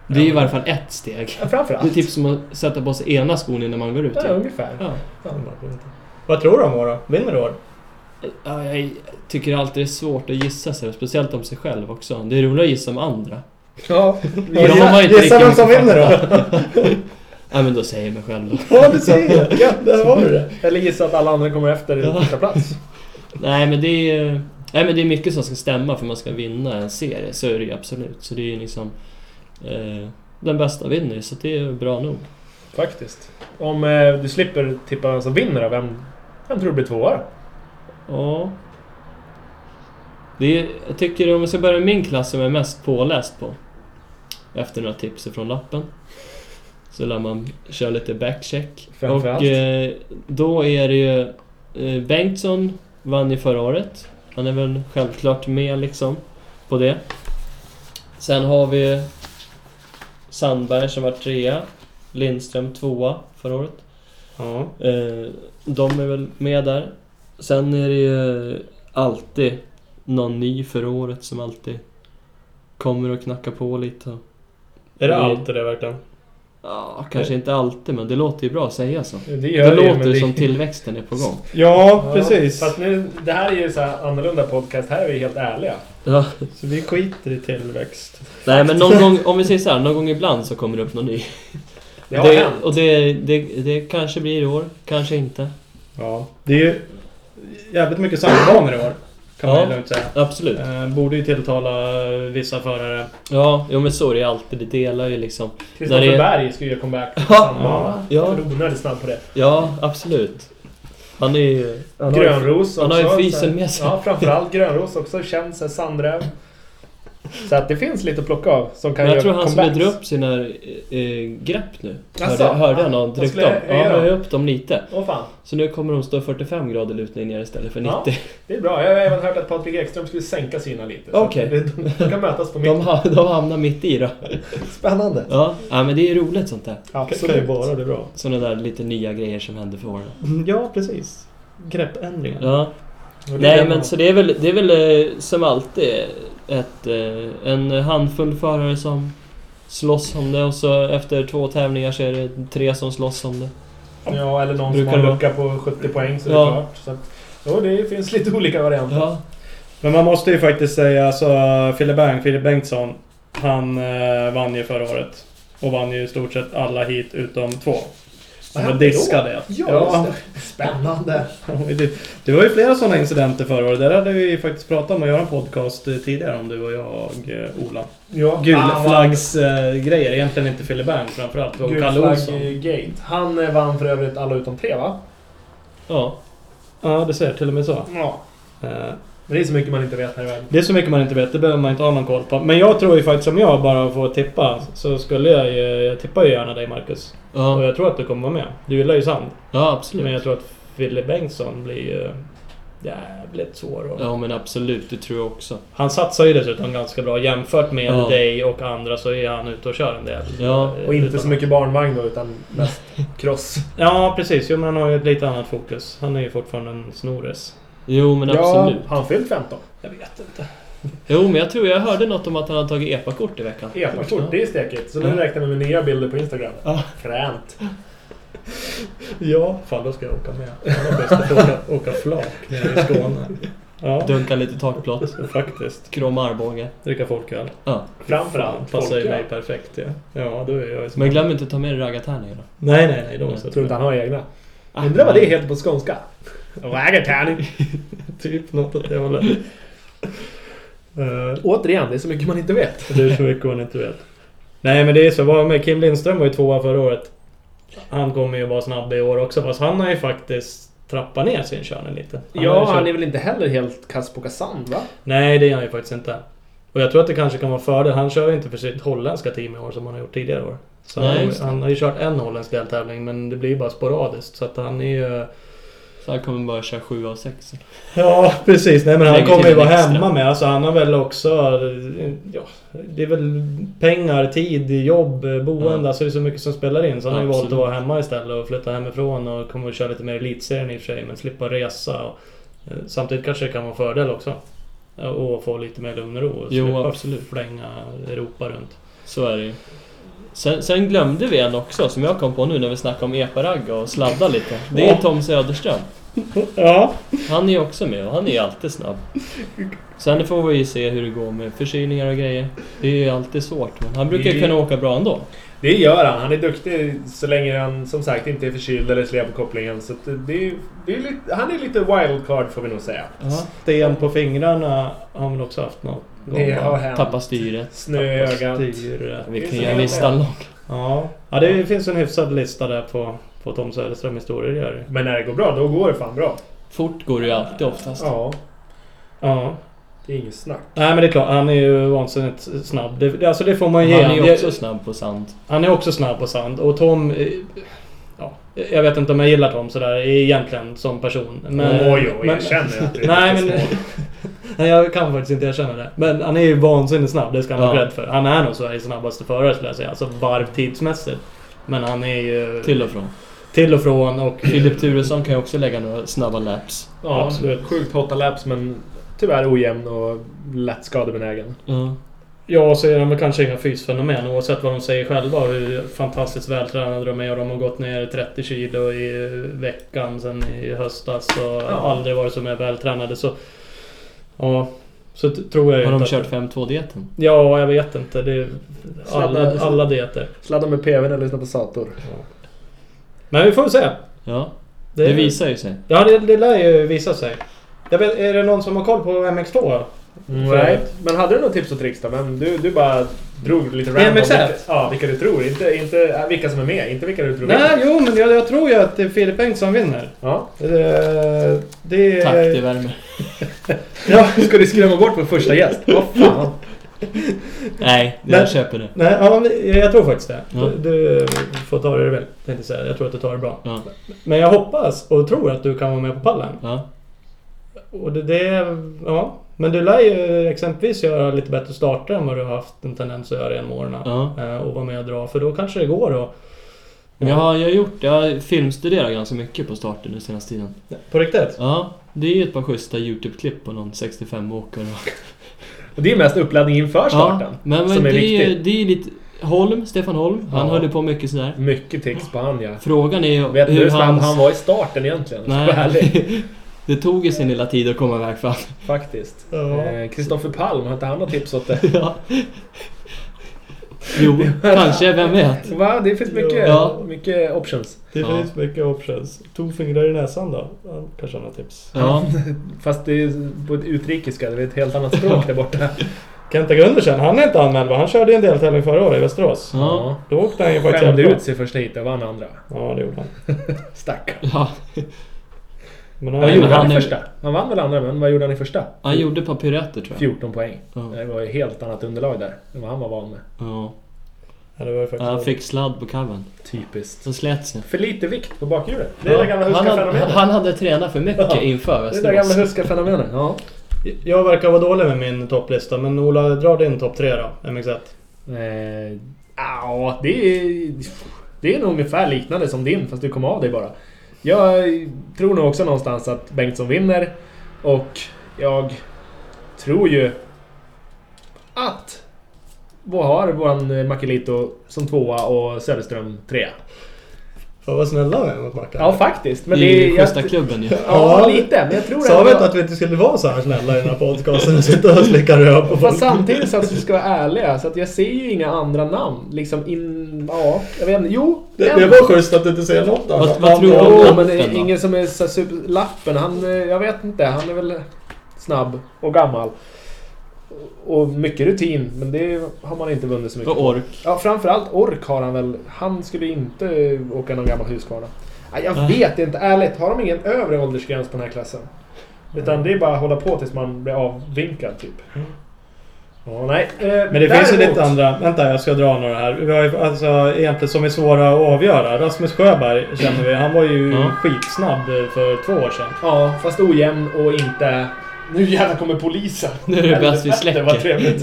[SPEAKER 4] Det är ju i varje fall ett steg.
[SPEAKER 3] Ja,
[SPEAKER 4] Det är
[SPEAKER 3] Framförallt.
[SPEAKER 4] typ som att sätta på sig ena skon innan man går ut.
[SPEAKER 3] typ. Ja,
[SPEAKER 4] ju.
[SPEAKER 3] ungefär.
[SPEAKER 4] Ja.
[SPEAKER 2] Vad tror du om år då? Vinner du år?
[SPEAKER 4] Ja, jag tycker alltid det är svårt att gissa sig, speciellt om sig själv också. Det är roligare att gissa om andra.
[SPEAKER 3] Ja.
[SPEAKER 4] de har man ju inte
[SPEAKER 2] Gissa
[SPEAKER 4] riktigt
[SPEAKER 2] vem som
[SPEAKER 4] mycket
[SPEAKER 2] vinner då?
[SPEAKER 4] Nej, men då säger jag mig själv då.
[SPEAKER 2] Ja, du ser ju. Gött, där har du det.
[SPEAKER 3] Eller gissa att alla andra kommer efter
[SPEAKER 4] Ja.
[SPEAKER 3] första plats.
[SPEAKER 4] Nej, men det är ju- Nej, men det är mycket som ska stämma för man ska vinna en serie. Så är det ju absolut. Så det är ju liksom... Eh, den bästa vinner ju, så det är bra nog.
[SPEAKER 3] Faktiskt. Om eh, du slipper tippa vem som vinner då, vem, vem tror du blir tvåa då?
[SPEAKER 4] Ja. Det är, jag tycker om jag ska börja med min klass som jag är mest påläst på. Efter några tips från lappen. Så lär man köra lite backcheck.
[SPEAKER 3] Framförallt.
[SPEAKER 4] Och eh, då är det ju... Eh, Bengtsson vann ju förra året. Han är väl självklart med liksom på det. Sen har vi Sandberg som var trea. Lindström tvåa förra året.
[SPEAKER 2] Ja.
[SPEAKER 4] Eh, de är väl med där. Sen är det ju alltid någon ny för året som alltid kommer och knackar på lite. och-
[SPEAKER 2] Är det
[SPEAKER 4] Mm.
[SPEAKER 2] allt det där verkligen?
[SPEAKER 4] Ja, kanske inte alltid, men det låter ju bra att säga så.
[SPEAKER 3] Mm. Det
[SPEAKER 4] Det
[SPEAKER 3] gör det, ju, men
[SPEAKER 4] låter
[SPEAKER 3] det...
[SPEAKER 4] som tillväxten är på gång.
[SPEAKER 2] Ja,
[SPEAKER 3] Ja,
[SPEAKER 2] precis.
[SPEAKER 3] Fast nu, det här är ju så här annorlunda podcast. Här är vi helt ärliga.
[SPEAKER 4] Ja.
[SPEAKER 2] Så vi skiter i tillväxt.
[SPEAKER 4] Nej, men någon gång, om vi säger så här, någon gång ibland så kommer det upp någon ny.
[SPEAKER 3] Det har hänt.
[SPEAKER 4] och det, det, det kanske blir i år, kanske inte.
[SPEAKER 2] Ja. Det är ju jävligt mycket sandbanor i år. Kan man
[SPEAKER 4] Ja.
[SPEAKER 2] ju lugnt säga.
[SPEAKER 4] Absolut.
[SPEAKER 2] Eh, borde ju tilltala eh, vissa förare.
[SPEAKER 4] Ja, jo men så är det alltid. Det delar ju liksom.
[SPEAKER 3] Kristoffer
[SPEAKER 4] Där är-
[SPEAKER 3] Berg ska ju göra comeback på
[SPEAKER 4] Ja.
[SPEAKER 3] sandbana.
[SPEAKER 4] Ja.
[SPEAKER 3] Jag är onödigt snabb på det.
[SPEAKER 4] Ja, absolut. Han är ju... han har ju-
[SPEAKER 3] Grönros
[SPEAKER 4] han har
[SPEAKER 3] också.
[SPEAKER 4] ju
[SPEAKER 3] så här-
[SPEAKER 4] fysen med sig.
[SPEAKER 3] Ja, framförallt grönros också. Känns en sandräv. Så att det finns lite att plocka av som kan
[SPEAKER 4] Men jag
[SPEAKER 3] göra
[SPEAKER 4] tror han skulle
[SPEAKER 3] comebacks.
[SPEAKER 4] dra upp sina eh, grepp nu.
[SPEAKER 3] Asså?
[SPEAKER 4] hörde, hörde han
[SPEAKER 3] Ja,
[SPEAKER 4] han
[SPEAKER 3] han
[SPEAKER 4] tryckte
[SPEAKER 3] skulle
[SPEAKER 4] upp? Ja,
[SPEAKER 3] höja
[SPEAKER 4] han
[SPEAKER 3] dem.
[SPEAKER 4] höjde upp dem lite.
[SPEAKER 3] Åh fan,
[SPEAKER 4] Så nu kommer de stå 45 grader lutning ner istället för 90.
[SPEAKER 3] Ja. det är bra. Jag har även hört att Patrik Ekström skulle sänka sina lite. Så
[SPEAKER 4] Okej.
[SPEAKER 3] att det- De kan mötas på
[SPEAKER 4] De,
[SPEAKER 3] mitten.
[SPEAKER 4] ha, de hamnar mitt i då.
[SPEAKER 3] Spännande.
[SPEAKER 4] Ja. ja, men det är roligt sånt där.
[SPEAKER 2] Absolut. Kan ju
[SPEAKER 3] Absolut.
[SPEAKER 2] bara bli bra.
[SPEAKER 4] Såna där lite nya grejer som händer för åren.
[SPEAKER 2] Ja, precis. Greppändringar.
[SPEAKER 4] Ja.
[SPEAKER 3] Och det
[SPEAKER 4] Nej
[SPEAKER 3] kan
[SPEAKER 4] men
[SPEAKER 3] man-
[SPEAKER 4] så det är väl, det är väl eh, som alltid ett, eh, en handfull förare som slåss om det och så efter två tävlingar så är det tre som slåss om det.
[SPEAKER 3] Ja, eller någon
[SPEAKER 4] Brukar
[SPEAKER 3] som har
[SPEAKER 4] det
[SPEAKER 3] en lucka på 70 poäng så
[SPEAKER 4] Ja.
[SPEAKER 3] det är klart. Så att, jo, det finns lite olika varianter.
[SPEAKER 4] Ja,
[SPEAKER 2] Men man måste ju faktiskt säga alltså Fille Bang, Fille Bengtsson. Han eh, vann ju förra året. Och vann ju i stort sett alla hit utom två. Han var
[SPEAKER 3] hände då?
[SPEAKER 2] diskade.
[SPEAKER 3] Ja, just det. Spännande.
[SPEAKER 2] Det- Det var ju flera sådana incidenter förra året. Där hade vi ju faktiskt pratat om att göra en podcast eh, tidigare om du och jag, eh, Ola.
[SPEAKER 3] Ja.
[SPEAKER 2] Gulflaggsgrejer. Egentligen inte Fille Bang framförallt. Det var Kalle Olsson.
[SPEAKER 3] Gulflagg-gate. Han eh, vann för övrigt alla utom tre, va?
[SPEAKER 4] ja.
[SPEAKER 2] Ja, du ser. Till och med så.
[SPEAKER 3] Ja.
[SPEAKER 2] Eh,
[SPEAKER 3] Men det är så mycket man inte vet här i världen.
[SPEAKER 2] Det är så mycket man inte vet, det behöver man inte ha någon koll på. Men jag tror ju faktiskt, om jag bara får tippa, så skulle jag ju... Jag tippar ju gärna dig Marcus. Och
[SPEAKER 4] ja.
[SPEAKER 2] jag tror att du kommer vara med. Du gillar ju sand.
[SPEAKER 4] ja
[SPEAKER 2] Men
[SPEAKER 4] absolut.
[SPEAKER 2] jag tror att Fille Bengtsson blir ju jävligt svår. att-
[SPEAKER 4] Ja men absolut, det tror jag också.
[SPEAKER 2] Han satsar ju dessutom ganska bra. Jämfört med
[SPEAKER 4] Ja.
[SPEAKER 2] dig och andra så är han ute och kör en del.
[SPEAKER 4] Ja,
[SPEAKER 2] Eh,
[SPEAKER 3] Och inte
[SPEAKER 2] utan-
[SPEAKER 3] så mycket barnvagn då, utan mest cross.
[SPEAKER 2] Ja, precis. Jo, men han har ju ett lite annat fokus. Han är ju fortfarande en snores.
[SPEAKER 4] Jo men absolut.
[SPEAKER 3] Ja, han fyllt 15.
[SPEAKER 2] Jag vet inte.
[SPEAKER 4] Jo men jag tror jag hörde något om att han har tagit EPA-kort i veckan.
[SPEAKER 3] Epakort, det är stekigt. Så nu
[SPEAKER 4] Ja.
[SPEAKER 3] räknar vi med nya bilder på Instagram.
[SPEAKER 4] Ja.
[SPEAKER 3] Fränt.
[SPEAKER 2] Ja, fan då ska jag åka med. Jag bäst att åka, åka flak nere i Skåne. Ja,
[SPEAKER 4] Dunka lite takplåt.
[SPEAKER 2] faktiskt.
[SPEAKER 4] Krom Arboga.
[SPEAKER 2] Dricka folköl.
[SPEAKER 4] Ja.
[SPEAKER 2] Fan,
[SPEAKER 3] Framförallt
[SPEAKER 2] passar ju
[SPEAKER 3] folköl.
[SPEAKER 2] mig perfekt ja. Ja, då är jag ju som-
[SPEAKER 4] Men glöm inte att ta med dig raggartärningar då.
[SPEAKER 2] Nej, nej, nej. De
[SPEAKER 4] Jag
[SPEAKER 2] måste
[SPEAKER 3] Tror inte han har egna.
[SPEAKER 4] Ah,
[SPEAKER 3] Undrar vad det heter på skånska? Raggartärning.
[SPEAKER 2] Typ något åt det hållet. Eh,
[SPEAKER 3] Återigen, det är så mycket man inte vet.
[SPEAKER 2] det är så mycket man inte vet. Nej, men det är så. Vad med Kim Lindström var ju tvåa förra året. Han kommer ju vara snabb i år också. Fast han har ju faktiskt trappat ner sin körning lite. har ju
[SPEAKER 3] Ja,
[SPEAKER 2] kört-
[SPEAKER 3] han är väl inte heller helt kass på kassan, va?
[SPEAKER 2] Nej, det är han ju faktiskt inte. Och jag tror att det kanske kan vara en fördel. Han kör ju inte för sitt holländska team i år som han har gjort tidigare år. Så
[SPEAKER 4] Nej,
[SPEAKER 2] han,
[SPEAKER 4] just det.
[SPEAKER 2] han har ju kört en holländsk deltävling men det blir ju bara sporadiskt. Så att han är ju...
[SPEAKER 4] Så han kommer bara köra 7 av 6.
[SPEAKER 2] Ja, precis. Nej, men han
[SPEAKER 4] Lägger
[SPEAKER 2] kommer
[SPEAKER 4] till
[SPEAKER 2] ju vara
[SPEAKER 4] en extra.
[SPEAKER 2] hemma med. Alltså, han har väl också... Ja, det är väl pengar, tid, jobb, boende.
[SPEAKER 4] Ja.
[SPEAKER 2] Alltså, det är så mycket som spelar in. Så han har ju valt att
[SPEAKER 4] Absolut.
[SPEAKER 2] vara hemma istället och flytta hemifrån och kommer att köra lite mer elitserien i och för sig. Men slippa resa. Och, eh, samtidigt kanske det kan vara en fördel också. Ja, Och få lite mer lugn och ro. Och
[SPEAKER 4] Jo,
[SPEAKER 2] slippa
[SPEAKER 4] absolut.
[SPEAKER 2] flänga Europa runt.
[SPEAKER 4] Så är det ju. Sen, sen glömde vi en också som jag kom på nu när vi snackade om epa-ragg och sladda lite. Det är Tom Söderström.
[SPEAKER 2] Ja,
[SPEAKER 4] Han är ju också med och han är ju alltid snabb. Sen får vi ju se hur det går med förkylningar och grejer. Det är ju alltid svårt men han brukar ju kunna åka bra ändå.
[SPEAKER 3] Det gör han. Han är duktig så länge han som sagt inte är förkyld eller slår på kopplingen. Så att det- det är, det är lite, han är lite wildcard får vi nog säga.
[SPEAKER 4] Ja.
[SPEAKER 2] sten på fingrarna har han väl också haft någon gång.
[SPEAKER 3] Det har
[SPEAKER 2] va?
[SPEAKER 3] hänt.
[SPEAKER 4] Tappa styret.
[SPEAKER 3] Snö i ögat.
[SPEAKER 2] Styret.
[SPEAKER 4] Vi
[SPEAKER 3] Det är
[SPEAKER 4] kan
[SPEAKER 3] så
[SPEAKER 4] göra
[SPEAKER 3] jävla-
[SPEAKER 4] listan lång.
[SPEAKER 2] eh, Ja, ja det finns en hyfsad lista där på, på Tom Söderström historier det gör det.
[SPEAKER 3] Men när det går bra, då går det fan bra.
[SPEAKER 4] Fort går det ju alltid oftast.
[SPEAKER 3] Ja,
[SPEAKER 2] Ja.
[SPEAKER 3] det är inget snack.
[SPEAKER 2] Nej men det är klart, han är ju vansinnigt snabb. Det, det- alltså det får man
[SPEAKER 4] Han
[SPEAKER 2] ge
[SPEAKER 4] är ju
[SPEAKER 2] Det-
[SPEAKER 4] också snabb på sand.
[SPEAKER 2] han är också snabb på sand. Och Tom... eh, Ja, jag vet inte om jag gillar Tom sådär egentligen som person. Men,
[SPEAKER 3] oj, oj,
[SPEAKER 2] men,
[SPEAKER 3] jag känner att det är
[SPEAKER 2] Nej
[SPEAKER 3] lite
[SPEAKER 2] men...
[SPEAKER 3] små.
[SPEAKER 2] Nej, jag kan faktiskt inte erkänna det. Men han är ju vansinnigt snabb, det ska han ha
[SPEAKER 4] Ja.
[SPEAKER 2] cred för. Han är nog Sveriges snabbaste förare skulle jag säga. Alltså varvtidsmässigt. Men han är ju...
[SPEAKER 4] Till och från.
[SPEAKER 2] till och från och...
[SPEAKER 4] Filip Turesson kan ju också lägga några snabba laps.
[SPEAKER 3] Ja,
[SPEAKER 2] Absolut.
[SPEAKER 3] sjukt hotta laps men tyvärr ojämn och lätt skadebenägen.
[SPEAKER 4] Ja.
[SPEAKER 2] Ja, så är de väl kanske inga fysfenomen oavsett vad de säger själva och hur fantastiskt vältränade de är. Och de har gått ner 30 kilo i veckan sen i höstas och aldrig varit så mer vältränade. Så, ja, så t- tror jag ju
[SPEAKER 4] Har de
[SPEAKER 2] inte
[SPEAKER 4] kört
[SPEAKER 2] att-
[SPEAKER 4] 5-2-dieten?
[SPEAKER 2] Ja, jag vet inte. Det är alla, alla dieter.
[SPEAKER 3] Sladda med PVn eller lyssna på Sator.
[SPEAKER 2] Men vi får väl se.
[SPEAKER 4] Ja,
[SPEAKER 2] är-
[SPEAKER 4] det visar ju sig.
[SPEAKER 2] Ja, det, det lär ju visa sig. Jag vet, är det någon som har koll på MX2?
[SPEAKER 3] Nej, men hade du något tips och tricks då? Men du, du bara drog lite random.
[SPEAKER 2] MXF?
[SPEAKER 3] vilka- Ja, vilka du tror. Inte, inte äh, vilka som är med, inte vilka du tror
[SPEAKER 2] Nej,
[SPEAKER 3] vinner.
[SPEAKER 2] jo, men jag, jag tror ju att det är Filip Bengtsson vinner.
[SPEAKER 3] Ja.
[SPEAKER 2] Det... det
[SPEAKER 4] Tack, det värmer.
[SPEAKER 2] Ja,
[SPEAKER 3] Ska du skrämma bort vår första gäst? Vad fan?
[SPEAKER 4] Nej,
[SPEAKER 2] Men-
[SPEAKER 4] jag köper det.
[SPEAKER 2] Nej, ja, men jag tror faktiskt det.
[SPEAKER 4] Ja.
[SPEAKER 2] Du, du får ta det du vill, tänkte jag säga. Jag tror att du tar det bra.
[SPEAKER 4] Ja.
[SPEAKER 2] Men jag hoppas och tror att du kan vara med på pallen.
[SPEAKER 4] Ja.
[SPEAKER 2] Och det, det ja. Men du lär ju exempelvis göra lite bättre starter än vad du har haft en tendens att göra genom åren.
[SPEAKER 4] Ja.
[SPEAKER 2] Eh, Och vara med och dra, för då kanske det går då.
[SPEAKER 4] Men jag har, jag har gjort, jag har filmstuderat ganska mycket på starten den senaste tiden.
[SPEAKER 2] På riktigt?
[SPEAKER 4] Ja, det är ju ett par schyssta YouTube-klipp på någon 65-åkare.
[SPEAKER 3] Och det är mest uppladdning inför starten.
[SPEAKER 4] Ja, men
[SPEAKER 3] som är
[SPEAKER 4] det, är ju,
[SPEAKER 3] viktigt.
[SPEAKER 4] det är ju lite... Holm, Stefan Holm, han
[SPEAKER 3] Ja.
[SPEAKER 4] höll ju på mycket sådär.
[SPEAKER 3] Mycket tics på han ja.
[SPEAKER 4] Frågan är ju
[SPEAKER 3] Vet du
[SPEAKER 4] hur
[SPEAKER 3] hur snabb
[SPEAKER 4] hans...
[SPEAKER 3] han var i starten egentligen? Ärligt,
[SPEAKER 4] Nej. Det tog ju sin lilla tid att komma iväg fram.
[SPEAKER 3] Faktiskt.
[SPEAKER 2] Ja.
[SPEAKER 3] Eh, Kristoffer Palm, har inte han något tips åt dig?
[SPEAKER 4] Ja. Jo, kanske, vem vet?
[SPEAKER 3] Va? Det finns mycket,
[SPEAKER 4] Ja.
[SPEAKER 3] mycket options.
[SPEAKER 2] Det
[SPEAKER 4] Ja.
[SPEAKER 2] finns mycket options. Tofingrar i näsan då? Ja, Kanske har några tips.
[SPEAKER 4] Ja,
[SPEAKER 3] Fast det är på ett utrikiska, det är ett helt annat språk där borta.
[SPEAKER 2] Kenta Gundersen, han är inte anmäld va? Han körde ju en deltävling förra året i Västerås.
[SPEAKER 4] ja,
[SPEAKER 2] Då åkte han ju faktiskt
[SPEAKER 3] Skämde
[SPEAKER 2] jävligt
[SPEAKER 3] ut sig första heatet och vann andra.
[SPEAKER 2] bra. Ja, det gjorde han.
[SPEAKER 3] Stackarn.
[SPEAKER 4] ja.
[SPEAKER 2] Men
[SPEAKER 3] Vad
[SPEAKER 4] men
[SPEAKER 3] gjorde han,
[SPEAKER 4] han
[SPEAKER 3] i
[SPEAKER 4] är-
[SPEAKER 3] första? Han vann väl andra, men vad gjorde han i första?
[SPEAKER 4] Han gjorde ett par piruetter tror jag.
[SPEAKER 3] 14 poäng.
[SPEAKER 4] Ja.
[SPEAKER 3] Det var ju helt annat underlag där än vad han var van med.
[SPEAKER 4] Ja.
[SPEAKER 2] Ja, det var ju faktiskt...
[SPEAKER 4] Han fick sladd på kalven.
[SPEAKER 3] Typiskt.
[SPEAKER 4] Den slet sig.
[SPEAKER 3] För lite vikt på bakhjulet. Det är det gamla
[SPEAKER 4] Ja, han, hade,
[SPEAKER 3] Huska-fenomenet.
[SPEAKER 4] han hade tränat för mycket
[SPEAKER 3] Ja,
[SPEAKER 4] inför
[SPEAKER 3] Det är det gamla
[SPEAKER 4] Västerås.
[SPEAKER 3] Huska-fenomenet. Ja.
[SPEAKER 2] Jag verkar vara dålig med min topplista, men Ola, dra din topp tre då. MX1.
[SPEAKER 3] Eh, ja, det är, det är nog ungefär liknande som din fast du kom av dig bara. Jag tror nog också någonstans att Bengtsson vinner och jag tror ju att vi har våran Makelito som tvåa och Söderström trea.
[SPEAKER 2] Fan vad snälla vi är mot Mackan.
[SPEAKER 3] Ja, faktiskt. Men det
[SPEAKER 4] I
[SPEAKER 3] är...
[SPEAKER 4] schyssta
[SPEAKER 3] Jag,
[SPEAKER 4] klubben ju.
[SPEAKER 3] ja, lite. Men jag tror
[SPEAKER 2] Sa vi
[SPEAKER 3] ändå-
[SPEAKER 2] inte att vi inte skulle vara så här snälla i den här podcasten och sitta och slicka röv på
[SPEAKER 3] Fast
[SPEAKER 2] folk?
[SPEAKER 3] samtidigt så att vi ska vara ärliga, så att jag ser ju inga andra namn. Liksom in... Ja, jag vet inte. Jo!
[SPEAKER 2] Det,
[SPEAKER 3] en.
[SPEAKER 2] det var schysst att du inte säger något annat.
[SPEAKER 4] Vad- vad tror du?
[SPEAKER 2] Ja,
[SPEAKER 3] Jo,
[SPEAKER 4] Lappen
[SPEAKER 3] men det är
[SPEAKER 4] då?
[SPEAKER 3] ingen som är så super... Lappen, han... eh, Jag vet inte. Han är väl snabb och gammal. Och mycket rutin, men det har man inte vunnit så mycket.
[SPEAKER 4] Och ork.
[SPEAKER 3] Ja, framförallt ork har han väl. Han skulle inte åka någon gammal Husqvarna. Nej, Jag vet inte, ärligt. Har de ingen övre åldersgräns på den här klassen? Utan
[SPEAKER 4] Mm.
[SPEAKER 3] det är bara att hålla på tills man blir avvinkad, typ. Ja, nej. Eh,
[SPEAKER 2] Men det finns ju lite andra. Vänta, jag ska dra några här. Vi har ju alltså egentligen som är svåra att avgöra. Rasmus Sjöberg känner vi. Han var ju
[SPEAKER 4] Ja.
[SPEAKER 2] skitsnabb för två år sedan.
[SPEAKER 3] Ja, fast ojämn och inte... Nu jävlar kommer polisen!
[SPEAKER 4] Nu är det
[SPEAKER 3] Helvete,
[SPEAKER 4] bäst vi släcker.
[SPEAKER 3] vad trevligt.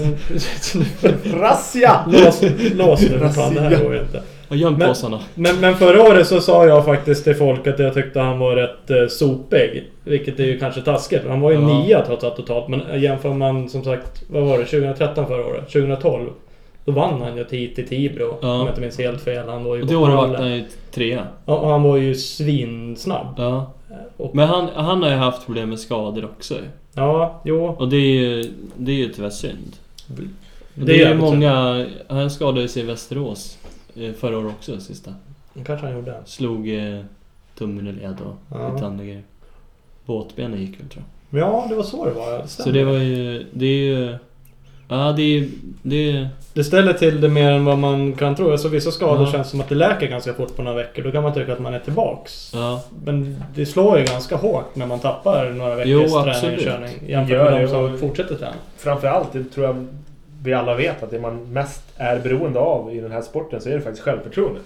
[SPEAKER 3] Razzia!
[SPEAKER 2] Lås, lås nu för fan, det här går ju inte.
[SPEAKER 4] Och göm
[SPEAKER 2] Men-
[SPEAKER 4] påsarna.
[SPEAKER 2] Men, men förra året så sa jag faktiskt till folk att jag tyckte han var rätt eh, sopig. Vilket är ju kanske taskigt. Han var ju
[SPEAKER 4] Ja.
[SPEAKER 2] nia trots allt totalt. Men eh, jämför man som sagt, vad var det? 2013 förra året? 2012? Då vann han ju ett heat i Tibro.
[SPEAKER 4] Ja.
[SPEAKER 2] Om jag inte minns helt fel. Han var ju
[SPEAKER 4] Och det året vart
[SPEAKER 2] på
[SPEAKER 4] han ju trea.
[SPEAKER 2] Ja, och han var ju svinsnabb.
[SPEAKER 4] Ja.
[SPEAKER 2] Och,
[SPEAKER 4] Men han, han har ju haft problem med skador också ju.
[SPEAKER 2] ja, jo.
[SPEAKER 4] Och det är ju, det är ju tyvärr synd.
[SPEAKER 2] Det
[SPEAKER 4] Det,
[SPEAKER 2] är
[SPEAKER 4] är ju
[SPEAKER 2] jävligt
[SPEAKER 4] många... Han skadade sig i Västerås eh, förra året också, sista.
[SPEAKER 2] Det kanske han gjorde.
[SPEAKER 4] Slog eh, tummen i led och
[SPEAKER 2] Ja.
[SPEAKER 4] lite andra grejer. Båtbenen gick väl tror
[SPEAKER 2] Men ja, det var så det var. Det,
[SPEAKER 4] jag. Så det var ju... Det är ju... Ja, det är Det är
[SPEAKER 2] det ställer till det mer än vad man kan tro. Alltså vissa skador
[SPEAKER 4] Ja.
[SPEAKER 2] känns som att det läker ganska fort på några veckor. Då kan man tycka att man är tillbaks.
[SPEAKER 4] Ja.
[SPEAKER 2] Men det slår ju ganska hårt när man tappar några veckors
[SPEAKER 4] Jo,
[SPEAKER 2] träning
[SPEAKER 4] absolut.
[SPEAKER 2] och körning. Jämfört
[SPEAKER 3] Gör
[SPEAKER 2] med de
[SPEAKER 3] det,
[SPEAKER 2] som
[SPEAKER 3] och-
[SPEAKER 2] fortsätter träna.
[SPEAKER 3] Framförallt, det tror jag vi alla vet, att det man mest är beroende av i den här sporten så är det faktiskt självförtroendet.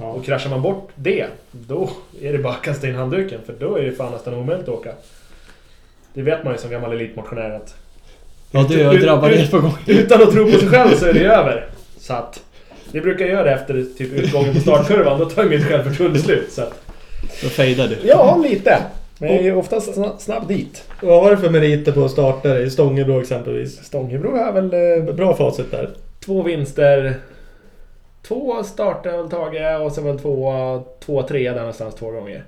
[SPEAKER 2] Ja.
[SPEAKER 3] Och kraschar man bort det, då är det bara att kasta in handduken. För då är det fan nästan omöjligt att åka. Det vet man ju som gammal elitmotionär att
[SPEAKER 4] Ja, du, jag
[SPEAKER 3] Ut-
[SPEAKER 4] drabbade
[SPEAKER 3] ut-
[SPEAKER 4] ett par gånger.
[SPEAKER 3] utan att tro på sig själv så är det över. Så att Vi brukar göra det efter typ utgången på startkurvan, då tar ju mitt självförtroende slut. Så att,
[SPEAKER 4] Då fejdar du.
[SPEAKER 3] ja, lite. Men jag är ju oftast sna- snabb dit.
[SPEAKER 2] Vad har du för meriter på starter i Stångebro exempelvis?
[SPEAKER 3] Stångebro har väl eh,
[SPEAKER 2] Bra facit där.
[SPEAKER 3] två vinster. Två starter har jag väl tagit och sen väl två, två trea där någonstans två gånger.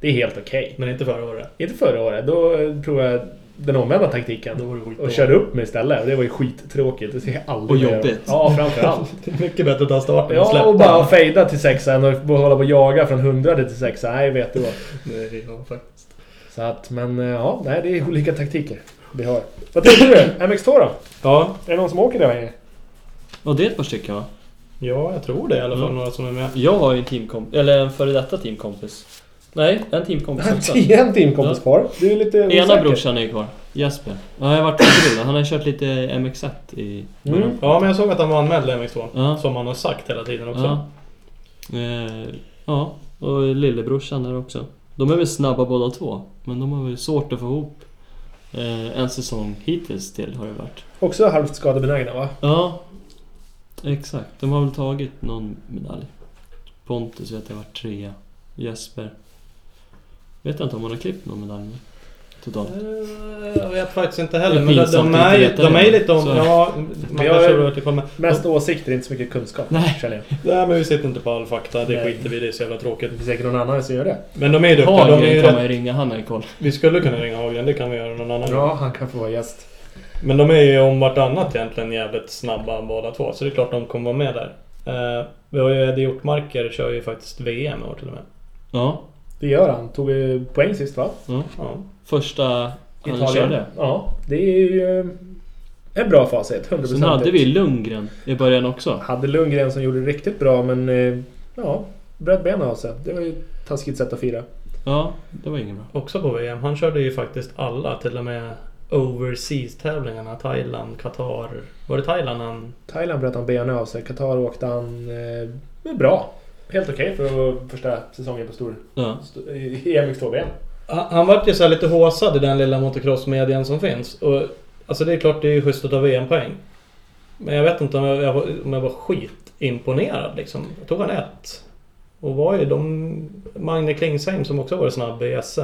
[SPEAKER 3] Det är helt okej.
[SPEAKER 2] Men inte förra året.
[SPEAKER 3] Inte förra året, då eh, provade jag den omvända taktiken.
[SPEAKER 2] Då var det skitbra.
[SPEAKER 3] Och körde upp mig istället. Och Det var ju skittråkigt. Det ser jag aldrig
[SPEAKER 4] Och
[SPEAKER 3] mer göra.
[SPEAKER 4] jobbigt.
[SPEAKER 3] Ja, framförallt.
[SPEAKER 2] Det är Mycket bättre att ta starten än
[SPEAKER 3] Ja, och
[SPEAKER 2] släppa.
[SPEAKER 3] bara fejda till sexan och hålla på och jaga från hundrade till sexan. Nej, vet du vad.
[SPEAKER 2] Nej, ja, faktiskt.
[SPEAKER 3] Så att, men eh, ja, nej, det är olika taktiker vi har. Vad tycker du? MX2 då?
[SPEAKER 2] Ja,
[SPEAKER 3] Är det någon som åker där längre?
[SPEAKER 4] Och det är ett par stycken va?
[SPEAKER 2] ja, jag tror det i alla fall.
[SPEAKER 4] Mm.
[SPEAKER 2] Några som är med.
[SPEAKER 4] Jag har ju en teamkompis, eller en före detta teamkompis. Nej, en teamkompis också.
[SPEAKER 3] En teamkompis kvar. Du är lite
[SPEAKER 4] Ena
[SPEAKER 3] osäker.
[SPEAKER 4] brorsan är kvar, Jesper. Ja, jag har varit på bild. Han har kört lite MX1 i...
[SPEAKER 3] Mm.
[SPEAKER 2] Ja, men jag såg att han var anmäld i MX2.
[SPEAKER 4] Ja.
[SPEAKER 2] Som han har sagt hela tiden också.
[SPEAKER 4] Ja. Eh, ja, och lillebrorsan där också. De är väl snabba båda två, men de har väl svårt att få ihop eh, en säsong hittills till har det varit.
[SPEAKER 3] Också halvt skadebenägna va?
[SPEAKER 4] Ja, exakt. De har väl tagit någon medalj. Pontus vet jag var trea. Jesper. Vet jag inte om han har klippt någon medalj nu. Totalt.
[SPEAKER 2] Eh, Jag vet faktiskt inte heller.
[SPEAKER 4] Det är
[SPEAKER 2] Men de,
[SPEAKER 4] pinsamt
[SPEAKER 2] de,
[SPEAKER 4] att
[SPEAKER 2] är,
[SPEAKER 4] inte veta
[SPEAKER 2] de
[SPEAKER 4] det.
[SPEAKER 2] är ju lite om...
[SPEAKER 4] Så-
[SPEAKER 2] Ja, man
[SPEAKER 3] Jag
[SPEAKER 2] kanske
[SPEAKER 3] är-
[SPEAKER 2] återkommer.
[SPEAKER 3] Mest åsikter, inte så mycket kunskap.
[SPEAKER 4] Nej.
[SPEAKER 3] känner jag.
[SPEAKER 2] Nej, men vi sitter inte på all fakta. Det
[SPEAKER 3] Nej.
[SPEAKER 2] skiter vi i. Det är så jävla tråkigt.
[SPEAKER 3] Det finns säkert någon annan som gör det.
[SPEAKER 2] Men de är ju duktiga. De är ju
[SPEAKER 4] Hagen kan man
[SPEAKER 2] rätt,
[SPEAKER 4] ju ringa, han har ju koll.
[SPEAKER 2] vi skulle kunna ringa Hagen. Det kan vi göra någon annan gång.
[SPEAKER 3] Ja, han kan få vara gäst.
[SPEAKER 2] Men de är ju om vartannat egentligen jävligt snabba båda två. Så det är klart de kommer vara med där. Eh, vi har ju Eddie Hjortmarker kör ju faktiskt VM i år till och med.
[SPEAKER 4] Ja,
[SPEAKER 3] Det gör han. Tog eh, poäng sist va?
[SPEAKER 4] ja.
[SPEAKER 2] Ja.
[SPEAKER 4] Första han körde.
[SPEAKER 3] Ja, det är ju eh, en bra facit. 100%.
[SPEAKER 4] Sen hade vi Lundgren i början också.
[SPEAKER 3] Hade Lundgren som gjorde det riktigt bra men eh, ja, bröt benen av sig. Det var ju ett taskigt sätt att fira.
[SPEAKER 4] Ja, det var inget bra.
[SPEAKER 2] Också på VM. Han körde ju faktiskt alla. Till och med Overseas-tävlingarna. Thailand, Qatar. Var det Thailand han...
[SPEAKER 3] Thailand bröt han benen av sig. Qatar åkte han eh, men bra. Helt okej för att första säsongen på stor,
[SPEAKER 4] Ja.
[SPEAKER 3] st- i MX2-VM.
[SPEAKER 2] Han, han vart ju så här lite håsad i den lilla motocrossmedian som finns. Och, alltså det är klart det är ju schysst att ta VM-poäng. Men jag vet inte om jag, jag, var- om jag var skitimponerad liksom. Jag tog han ett. Och var ju de... Magne Klingsheim som också varit snabb i SM.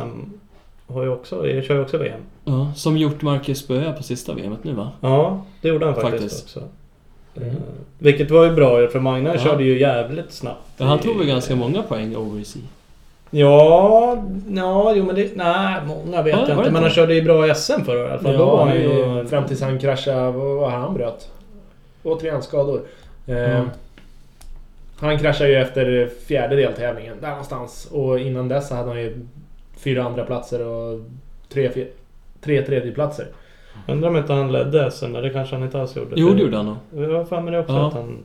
[SPEAKER 2] Har ju också, jag kör ju också VM.
[SPEAKER 4] Ja, som gjort Marcus spöa på sista VMet nu va?
[SPEAKER 2] Ja, det gjorde han faktiskt,
[SPEAKER 4] Faktiskt.
[SPEAKER 2] också.
[SPEAKER 3] Mm.
[SPEAKER 2] Eh, Vilket var ju bra för Magne
[SPEAKER 4] Ja.
[SPEAKER 2] körde ju jävligt snabbt.
[SPEAKER 4] Ja, han
[SPEAKER 2] i-
[SPEAKER 4] tog väl ganska många poäng overseas.
[SPEAKER 2] Ja, ja, jo men det... Nej, många vet
[SPEAKER 4] Ja, var
[SPEAKER 2] jag inte.
[SPEAKER 4] det
[SPEAKER 2] Men
[SPEAKER 4] inte?
[SPEAKER 2] han körde ju bra i SM förra året i alla fall. Då var han ju...
[SPEAKER 3] Fram tills han kraschade, vad var han bröt? Återigen skador. Eh,
[SPEAKER 2] Mm.
[SPEAKER 3] Han kraschade ju efter fjärde deltävlingen, där någonstans. Och innan dess så hade han ju fyra andra platser och tre, fj- tre tredjeplatser.
[SPEAKER 2] Undrar om inte han ledde SM, eller det kanske han inte alls gjorde.
[SPEAKER 4] Jo, det gjorde han nog.
[SPEAKER 2] Det var fan med det också
[SPEAKER 4] Ja.
[SPEAKER 2] att han...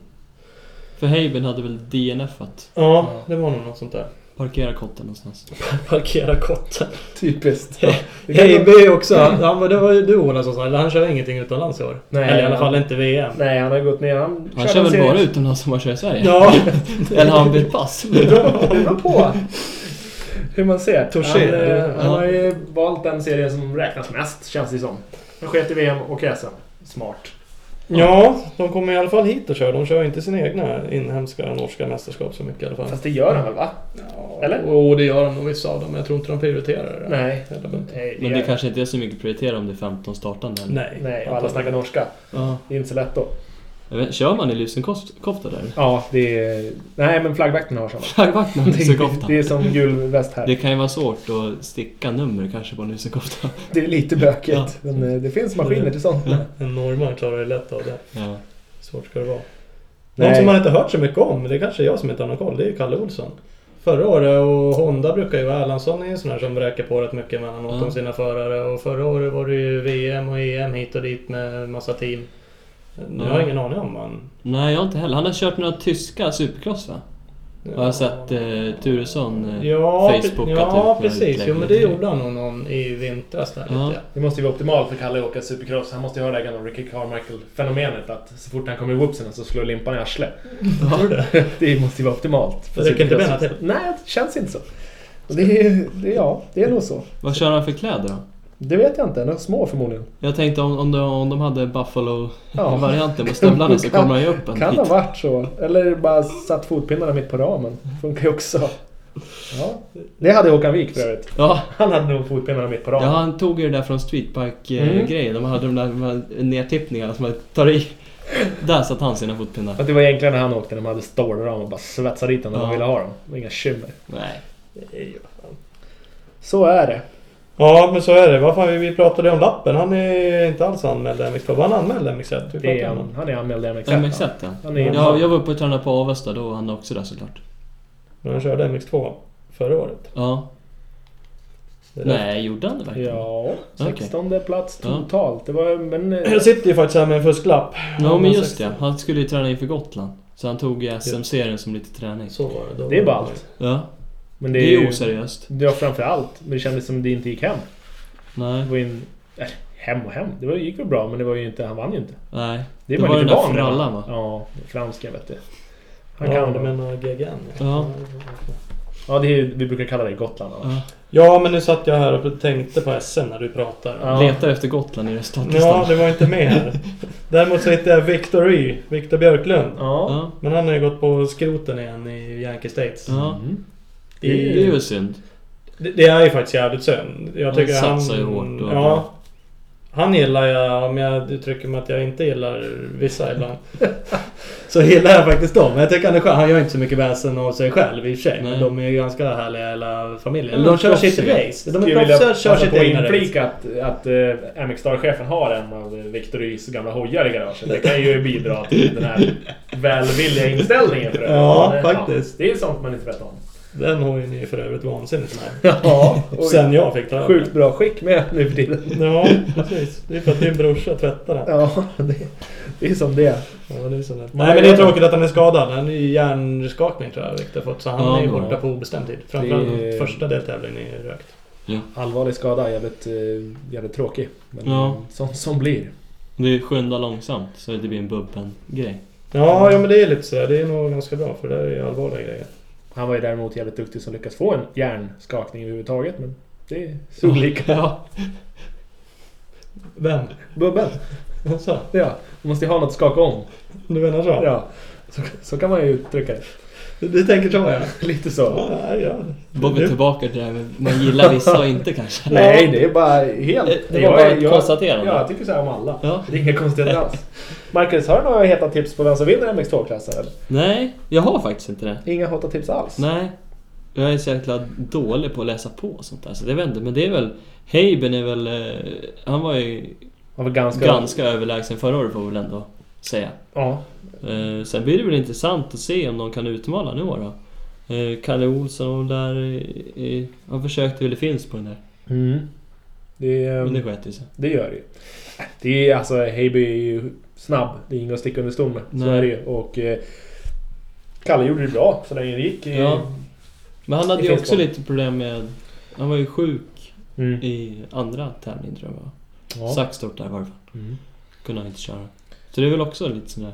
[SPEAKER 4] För Heiben hade väl DNFat.
[SPEAKER 2] Ja, det var nog något sånt där.
[SPEAKER 4] Parkera kotten någonstans.
[SPEAKER 2] Parkera kotten.
[SPEAKER 3] Typiskt. Det kan
[SPEAKER 2] Heiby
[SPEAKER 3] vara-
[SPEAKER 2] också. Han, var- det var ju du Ola som sa eller han kör ingenting utomlands i år.
[SPEAKER 3] Nej,
[SPEAKER 2] eller i alla
[SPEAKER 3] han-
[SPEAKER 2] fall inte VM.
[SPEAKER 3] Nej, han har gått ner. Han,
[SPEAKER 4] Han kör väl
[SPEAKER 3] serie-
[SPEAKER 4] bara utomlands som han kör i Sverige?
[SPEAKER 2] Ja,
[SPEAKER 4] Eller har han bytt pass?
[SPEAKER 3] Det beror på hur man ser.
[SPEAKER 2] Touché.
[SPEAKER 3] Han, eh, han
[SPEAKER 4] Ja.
[SPEAKER 3] har ju valt den serien som räknas mest, känns det som. Han sket i VM och SM. Smart.
[SPEAKER 2] ja, de kommer i alla fall hit och kör. De kör inte sina egna inhemska norska mästerskap så mycket i alla fall.
[SPEAKER 3] Fast det gör han väl, va? Eller?
[SPEAKER 2] Jo, det gör de nog vissa av dem. Men jag tror inte de prioriterar det.
[SPEAKER 3] Nej.
[SPEAKER 2] Eller inte.
[SPEAKER 4] Men det kanske inte är så mycket prioritera om det är 15 startande. eller?
[SPEAKER 2] Nej.
[SPEAKER 3] Nej, och alla snackar norska.
[SPEAKER 4] Ja.
[SPEAKER 3] Det är inte så lätt då.
[SPEAKER 4] Jag vet, Kör man i lusenkofta där?
[SPEAKER 3] Ja, det är... Nej, men flaggvakterna har samma.
[SPEAKER 4] Flaggvakten har
[SPEAKER 3] Det,
[SPEAKER 4] lusenkofta.
[SPEAKER 3] det är som gul väst här.
[SPEAKER 4] Det kan ju vara svårt att sticka nummer kanske på en lusenkofta.
[SPEAKER 3] Det är lite bökigt.
[SPEAKER 4] Ja.
[SPEAKER 3] Men eh, det finns maskiner till sånt.
[SPEAKER 2] En norrman klarar det lätt av det.
[SPEAKER 4] Ja.
[SPEAKER 2] Svårt ska det vara. Någon
[SPEAKER 3] Nej.
[SPEAKER 2] som man inte hört så mycket om, det kanske är jag som inte har någon koll, det är ju Kalle Olsson. Förra året och Honda brukar ju vara Erlandsson är ju en sån här som vräker på rätt mycket mellanåt
[SPEAKER 4] Ja.
[SPEAKER 2] om sina förare. Och förra året var det ju VM och EM hit och dit med massa team. Nu har
[SPEAKER 4] Ja.
[SPEAKER 2] jag ingen aning om man.
[SPEAKER 4] Nej, jag har inte heller. Han har kört några tyska supercross va? Har jag sett eh, Turesson eh,
[SPEAKER 2] Ja, pre-
[SPEAKER 4] Facebookat
[SPEAKER 2] ja
[SPEAKER 4] ut med
[SPEAKER 2] precis. Jo
[SPEAKER 4] utläggning.
[SPEAKER 2] men det gjorde han nog någon i vintras där
[SPEAKER 4] Ja.
[SPEAKER 2] lite.
[SPEAKER 3] Det måste ju vara optimalt för Kalle att åka supercross. Han måste ju ha det här gamla Ricky Carmichael-fenomenet att så fort han kommer i whoopsen så slår limpan i arslet.
[SPEAKER 2] Tror du det?
[SPEAKER 3] Det måste ju vara optimalt.
[SPEAKER 2] Det räcker inte benen till.
[SPEAKER 3] Nej, det känns inte så. Och Det är, det, är- ja, det är nog så.
[SPEAKER 4] Vad kör han för kläder då?
[SPEAKER 3] Det vet jag inte, de är små förmodligen.
[SPEAKER 4] Jag tänkte om, om, de, om de hade Buffalo-varianten
[SPEAKER 3] Ja,
[SPEAKER 4] med stövlarna så kommer de ju upp en
[SPEAKER 3] kan ha
[SPEAKER 4] bit.
[SPEAKER 3] varit så. Eller bara satt fotpinnarna mitt på ramen. Funkar ju också. Ja. Det hade Håkan Wik för övrigt.
[SPEAKER 4] Ja,
[SPEAKER 3] Han hade nog fotpinnarna mitt på
[SPEAKER 4] ja,
[SPEAKER 3] ramen.
[SPEAKER 4] han tog ju det där från
[SPEAKER 3] Mm.
[SPEAKER 4] streetbike-grejen. De hade de där de här nedtippningarna som man tar i. Där satt han sina fotpinnar.
[SPEAKER 3] Att det var egentligen när han åkte, när man hade stålram och bara svetsade dit dem när man
[SPEAKER 4] Ja.
[SPEAKER 3] ville ha dem. Det var Inga bekymmer.
[SPEAKER 4] Nej.
[SPEAKER 3] Så är det.
[SPEAKER 2] Ja, men så är det. Vad fan, vi pratade om lappen. Han är inte alls anmäld MX2. Var han anmäld MX1? Vi
[SPEAKER 3] det är
[SPEAKER 2] pratade om honom.
[SPEAKER 3] han, han är anmäld i MXF.
[SPEAKER 4] MX1 ja.
[SPEAKER 3] Han är-
[SPEAKER 4] ja. Jag var uppe och tränade på Avesta då och han var också där såklart.
[SPEAKER 2] Men han körde MX2 förra året.
[SPEAKER 4] Ja.
[SPEAKER 2] Det är
[SPEAKER 4] Nej, gjorde han det verkligen?
[SPEAKER 3] Ja,
[SPEAKER 4] Okej.
[SPEAKER 3] 16 plats
[SPEAKER 4] Ja.
[SPEAKER 3] totalt. Det var men... eh,
[SPEAKER 2] rätt. Jag sitter ju faktiskt här med en fusklapp.
[SPEAKER 4] Ja,
[SPEAKER 2] Han
[SPEAKER 4] men
[SPEAKER 2] var
[SPEAKER 4] just
[SPEAKER 2] 16.
[SPEAKER 4] det. Han skulle ju träna inför Gotland. Så han tog ju SM-serien som lite träning.
[SPEAKER 2] Så var det. Då
[SPEAKER 3] Det är ballt.
[SPEAKER 4] Ja,
[SPEAKER 3] Men
[SPEAKER 4] det är ju oseriöst.
[SPEAKER 3] Ja, framförallt. Men det kändes som det inte gick hem.
[SPEAKER 4] Nej,
[SPEAKER 3] Det var ju en... Eller, hem och hem. Det var, gick väl bra, men det var ju inte... Han vann ju inte.
[SPEAKER 4] nej.
[SPEAKER 3] Det, är
[SPEAKER 4] Det
[SPEAKER 3] man
[SPEAKER 4] var
[SPEAKER 3] lite
[SPEAKER 4] den där
[SPEAKER 3] van vid,
[SPEAKER 4] frallan, va?
[SPEAKER 3] Ja, fransken vet du. Han
[SPEAKER 2] Han
[SPEAKER 3] kan
[SPEAKER 2] ja, eh,
[SPEAKER 3] det.
[SPEAKER 2] du menar GGN?
[SPEAKER 4] Ja.
[SPEAKER 3] Ja, det är, ju- vi brukar kalla det Gotland. va?
[SPEAKER 4] Ja.
[SPEAKER 2] Ja, men nu satt jag här och tänkte på SM när du pratade.
[SPEAKER 3] Ja.
[SPEAKER 4] Letar efter Gotland i
[SPEAKER 2] Ja,
[SPEAKER 4] resultatlistan.
[SPEAKER 2] det var inte med här. Däremot så hittade jag Victor Y, Victor Björklund.
[SPEAKER 3] Ja.
[SPEAKER 4] Ja.
[SPEAKER 2] Men han har ju gått på skroten igen i Yankee States.
[SPEAKER 4] ja.
[SPEAKER 3] Mm.
[SPEAKER 4] Det är ju synd.
[SPEAKER 2] Det, det är ju faktiskt jävligt synd. Jag
[SPEAKER 4] Han
[SPEAKER 2] tycker han...
[SPEAKER 4] satsar ju hårt och-
[SPEAKER 2] ja. Han gillar jag, om jag uttrycker mig att jag inte gillar vissa ibland. så gillar jag faktiskt dem. Men jag tycker han är skön. Han gör inte så mycket väsen av sig själv i och för sig. Men
[SPEAKER 4] Nej.
[SPEAKER 2] de är ju ganska härliga hela familjen.
[SPEAKER 4] Ja,
[SPEAKER 2] De kör sitt
[SPEAKER 4] proffsiga.
[SPEAKER 2] race. De
[SPEAKER 3] Skulle
[SPEAKER 2] är
[SPEAKER 3] vilja
[SPEAKER 2] proffsiga, kör
[SPEAKER 3] passa
[SPEAKER 2] sitt
[SPEAKER 3] på att
[SPEAKER 2] egna race.
[SPEAKER 3] inflika att, att eh, MX Star-chefen har en av Victor Ys gamla hojar i garaget. Det kan ju bidra till den här välvilliga inställningen för övrigt.
[SPEAKER 2] Ja,
[SPEAKER 3] Men,
[SPEAKER 2] faktiskt.
[SPEAKER 3] det är sånt man inte vet om.
[SPEAKER 2] Den har ju ni för övrigt vansinnigt med.
[SPEAKER 3] Ja,
[SPEAKER 2] Sen jag fick ta över.
[SPEAKER 3] sjukt bra skick med nu för tiden.
[SPEAKER 2] Ja, precis. Det är för att din brorsa tvättar den.
[SPEAKER 3] Ja, det, det är som det är.
[SPEAKER 2] Ja, det är så lätt.
[SPEAKER 3] Man
[SPEAKER 2] Nej men det är
[SPEAKER 3] gör det.
[SPEAKER 2] tråkigt att han är skadad. Han är ju hjärnskakning tror jag Viktor fått. Så han
[SPEAKER 4] Ja,
[SPEAKER 2] är ju
[SPEAKER 4] men-
[SPEAKER 2] borta på obestämd tid. Framförallt
[SPEAKER 3] Det-
[SPEAKER 2] första deltävlingen är ju rökt.
[SPEAKER 3] Allvarlig skada, jävligt, eh, jävligt tråkig. Men
[SPEAKER 4] Ja.
[SPEAKER 3] eh, sånt som blir.
[SPEAKER 4] Det är skynda långsamt så det blir en
[SPEAKER 3] Mm.
[SPEAKER 4] bubben-grej.
[SPEAKER 2] Ja, ja men det är lite sådär. Det är nog ganska bra för det där är ju allvarliga grejer.
[SPEAKER 3] Han var ju däremot jävligt duktig som lyckades få en hjärnskakning överhuvudtaget. Men det såg lika.
[SPEAKER 4] Ja.
[SPEAKER 2] Vem?
[SPEAKER 3] Bubben!
[SPEAKER 2] Så,
[SPEAKER 3] Ja, man måste ju ha något att skaka om.
[SPEAKER 2] du menar så?
[SPEAKER 3] Ja, så, så kan man ju uttrycka det.
[SPEAKER 2] Du, du tänker så ja.
[SPEAKER 3] Lite så.
[SPEAKER 2] Ja, ja.
[SPEAKER 4] Bobby tillbaka till det här med man gillar vissa och inte kanske.
[SPEAKER 3] Nej, det är bara helt...
[SPEAKER 4] Det- det var bara ett konstaterande.
[SPEAKER 3] Ja, jag tycker så här om alla.
[SPEAKER 4] Ja.
[SPEAKER 3] Det är inga konstigheter alls. Marcus, har du några heta tips på vem som vinner MX2-klassen eller?
[SPEAKER 4] Nej, jag har faktiskt inte det.
[SPEAKER 3] Inga heta tips alls?
[SPEAKER 4] Nej. Jag är så jäkla dålig på att läsa på och sånt där så det vet jag inte. Men det är väl... Heiben är väl... eh, Han var ju
[SPEAKER 3] Han var ganska...
[SPEAKER 4] ganska överlägsen förra året får vi väl ändå säga.
[SPEAKER 3] Ja.
[SPEAKER 4] Eh, sen blir det väl intressant att se om de kan utmana nu då. Eh, Kalle Olsson där... Eh, eh, han försökte väl det finns på den där.
[SPEAKER 3] Mm. Det,
[SPEAKER 4] Men det
[SPEAKER 3] det,
[SPEAKER 4] sket ju sig.
[SPEAKER 3] gör det ju. Det är alltså, Heiby är ju snabb. Det är inget att sticka under stol med. Så
[SPEAKER 4] Nej.
[SPEAKER 3] är det ju. Och eh, Kalle gjorde det bra så länge det gick. i-
[SPEAKER 4] Ja. Men han hade ju
[SPEAKER 3] Det finns
[SPEAKER 4] också
[SPEAKER 3] på.
[SPEAKER 4] lite problem med... Han var ju sjuk
[SPEAKER 3] Mm.
[SPEAKER 4] i andra tävlingen tror jag det var.
[SPEAKER 3] Ja.
[SPEAKER 4] Saxtorp där i varje fall.
[SPEAKER 3] Mm.
[SPEAKER 4] Kunde han inte köra. Så det är väl också lite sådär...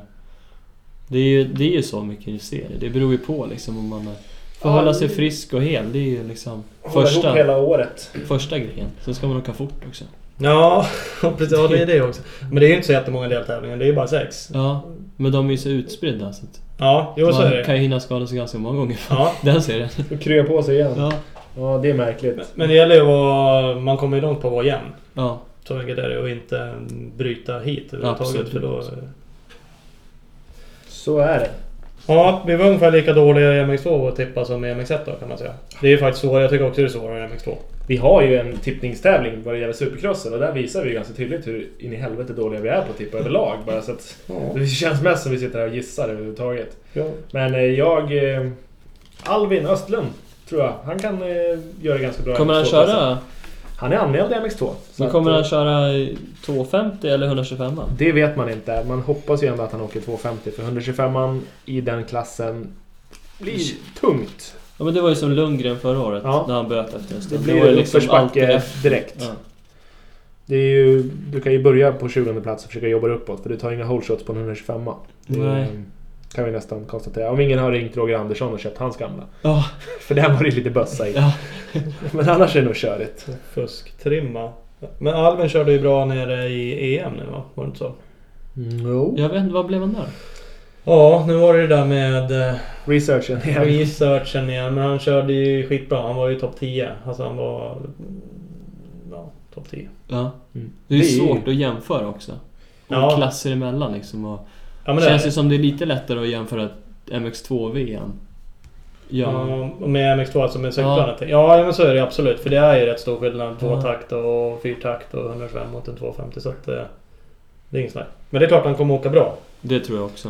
[SPEAKER 4] Det är ju, det är ju så mycket i serie. Det beror ju på liksom om man... eh, Får
[SPEAKER 3] Ja,
[SPEAKER 4] hålla
[SPEAKER 3] det-
[SPEAKER 4] sig frisk och hel. Det är ju liksom
[SPEAKER 3] Hålla ihop
[SPEAKER 4] första,
[SPEAKER 3] hela året.
[SPEAKER 4] första grejen. Sen ska man åka fort också.
[SPEAKER 2] Ja, precis. Ja, det är det också. Men det är ju inte så jättemånga deltävlingar. Det är ju bara sex.
[SPEAKER 4] Ja, men de är ju så utspridda så att
[SPEAKER 2] Ja, jo så är
[SPEAKER 4] man kan
[SPEAKER 2] det.
[SPEAKER 4] ju hinna skada sig ganska många gånger.
[SPEAKER 2] Ja.
[SPEAKER 4] Den serien.
[SPEAKER 3] Och krya på sig igen. Ja,
[SPEAKER 4] Ja.
[SPEAKER 3] det är märkligt.
[SPEAKER 2] Men det gäller ju att vara... Man kommer ju långt på att vara jämn.
[SPEAKER 4] ja.
[SPEAKER 2] Så enkelt är det. Och inte bryta hit överhuvudtaget.
[SPEAKER 4] Absolut.
[SPEAKER 2] För då...
[SPEAKER 3] Så är det.
[SPEAKER 2] Ja, vi var ungefär lika dåliga i MX2 att tippa som i MX1 då kan man säga. Det är ju faktiskt svårare. Jag tycker också det är svårare i MX2.
[SPEAKER 3] Vi har ju en tippningstävling vad det gäller Supercrossen och där visar vi ju ganska tydligt hur in i helvete dåliga vi är på att tippa överlag. Bara så att det känns mest som vi sitter här och gissar överhuvudtaget.
[SPEAKER 2] Ja.
[SPEAKER 3] Men eh, jag... eh, Alvin Östlund, tror jag. Han kan eh, göra ganska bra. i
[SPEAKER 4] Kommer han
[SPEAKER 3] MX2-klassen.
[SPEAKER 4] köra...
[SPEAKER 3] Han är anmäld i MX2.
[SPEAKER 4] Men
[SPEAKER 3] att,
[SPEAKER 4] kommer han
[SPEAKER 3] eh,
[SPEAKER 4] köra 250 eller 125
[SPEAKER 3] Det vet man inte. Man hoppas ju ändå att han åker 250 för 125an i den klassen blir tungt.
[SPEAKER 4] Ja men det var ju som Lundgren förra året.
[SPEAKER 3] Ja.
[SPEAKER 4] När han böt efter en
[SPEAKER 3] Det
[SPEAKER 4] stund.
[SPEAKER 3] blir
[SPEAKER 4] var ju liksom
[SPEAKER 3] en
[SPEAKER 4] alltid
[SPEAKER 3] uppförsbacke
[SPEAKER 4] efter.
[SPEAKER 3] direkt.
[SPEAKER 4] Ja.
[SPEAKER 3] Det är ju, du kan ju börja på 20 plats och försöka jobba dig uppåt för du tar inga holeshots på en 125 Det
[SPEAKER 4] Nej.
[SPEAKER 3] kan vi nästan konstatera. Om ingen har ringt Roger Andersson och köpt hans gamla.
[SPEAKER 4] Ja.
[SPEAKER 3] För där var det lite bössa i.
[SPEAKER 4] Ja.
[SPEAKER 3] Men annars är det nog körigt.
[SPEAKER 2] Fusktrimma. Men Alvin körde ju bra nere i EM nu va? Var det inte så?
[SPEAKER 3] No.
[SPEAKER 4] Jag vet inte, vad blev han där?
[SPEAKER 2] Ja, nu var det ju det där med eh,
[SPEAKER 3] Researchen.
[SPEAKER 2] researchen igen. Men han körde ju skitbra. Han var ju topp 10. Alltså han var... Ja, topp 10.
[SPEAKER 4] Ja.
[SPEAKER 3] Mm.
[SPEAKER 4] Det är
[SPEAKER 3] Det är-
[SPEAKER 4] svårt att jämföra också. Och
[SPEAKER 2] Ja.
[SPEAKER 4] klasser emellan liksom. Och
[SPEAKER 2] Ja, men det
[SPEAKER 4] känns
[SPEAKER 2] är-
[SPEAKER 4] det som det är lite lättare att jämföra MX2-VM. Ja.
[SPEAKER 3] Mm.
[SPEAKER 2] Ja, och med MX2 alltså med
[SPEAKER 4] Ja.
[SPEAKER 2] cykelplanet. Ja. ja, men så är det absolut. För det är ju rätt stor skillnad.
[SPEAKER 4] Ja.
[SPEAKER 2] Tvåtakt och fyrtakt och 125 mot en 250. Så att, eh, det är inget snack. Men det är klart han kommer åka bra.
[SPEAKER 4] Det tror jag också.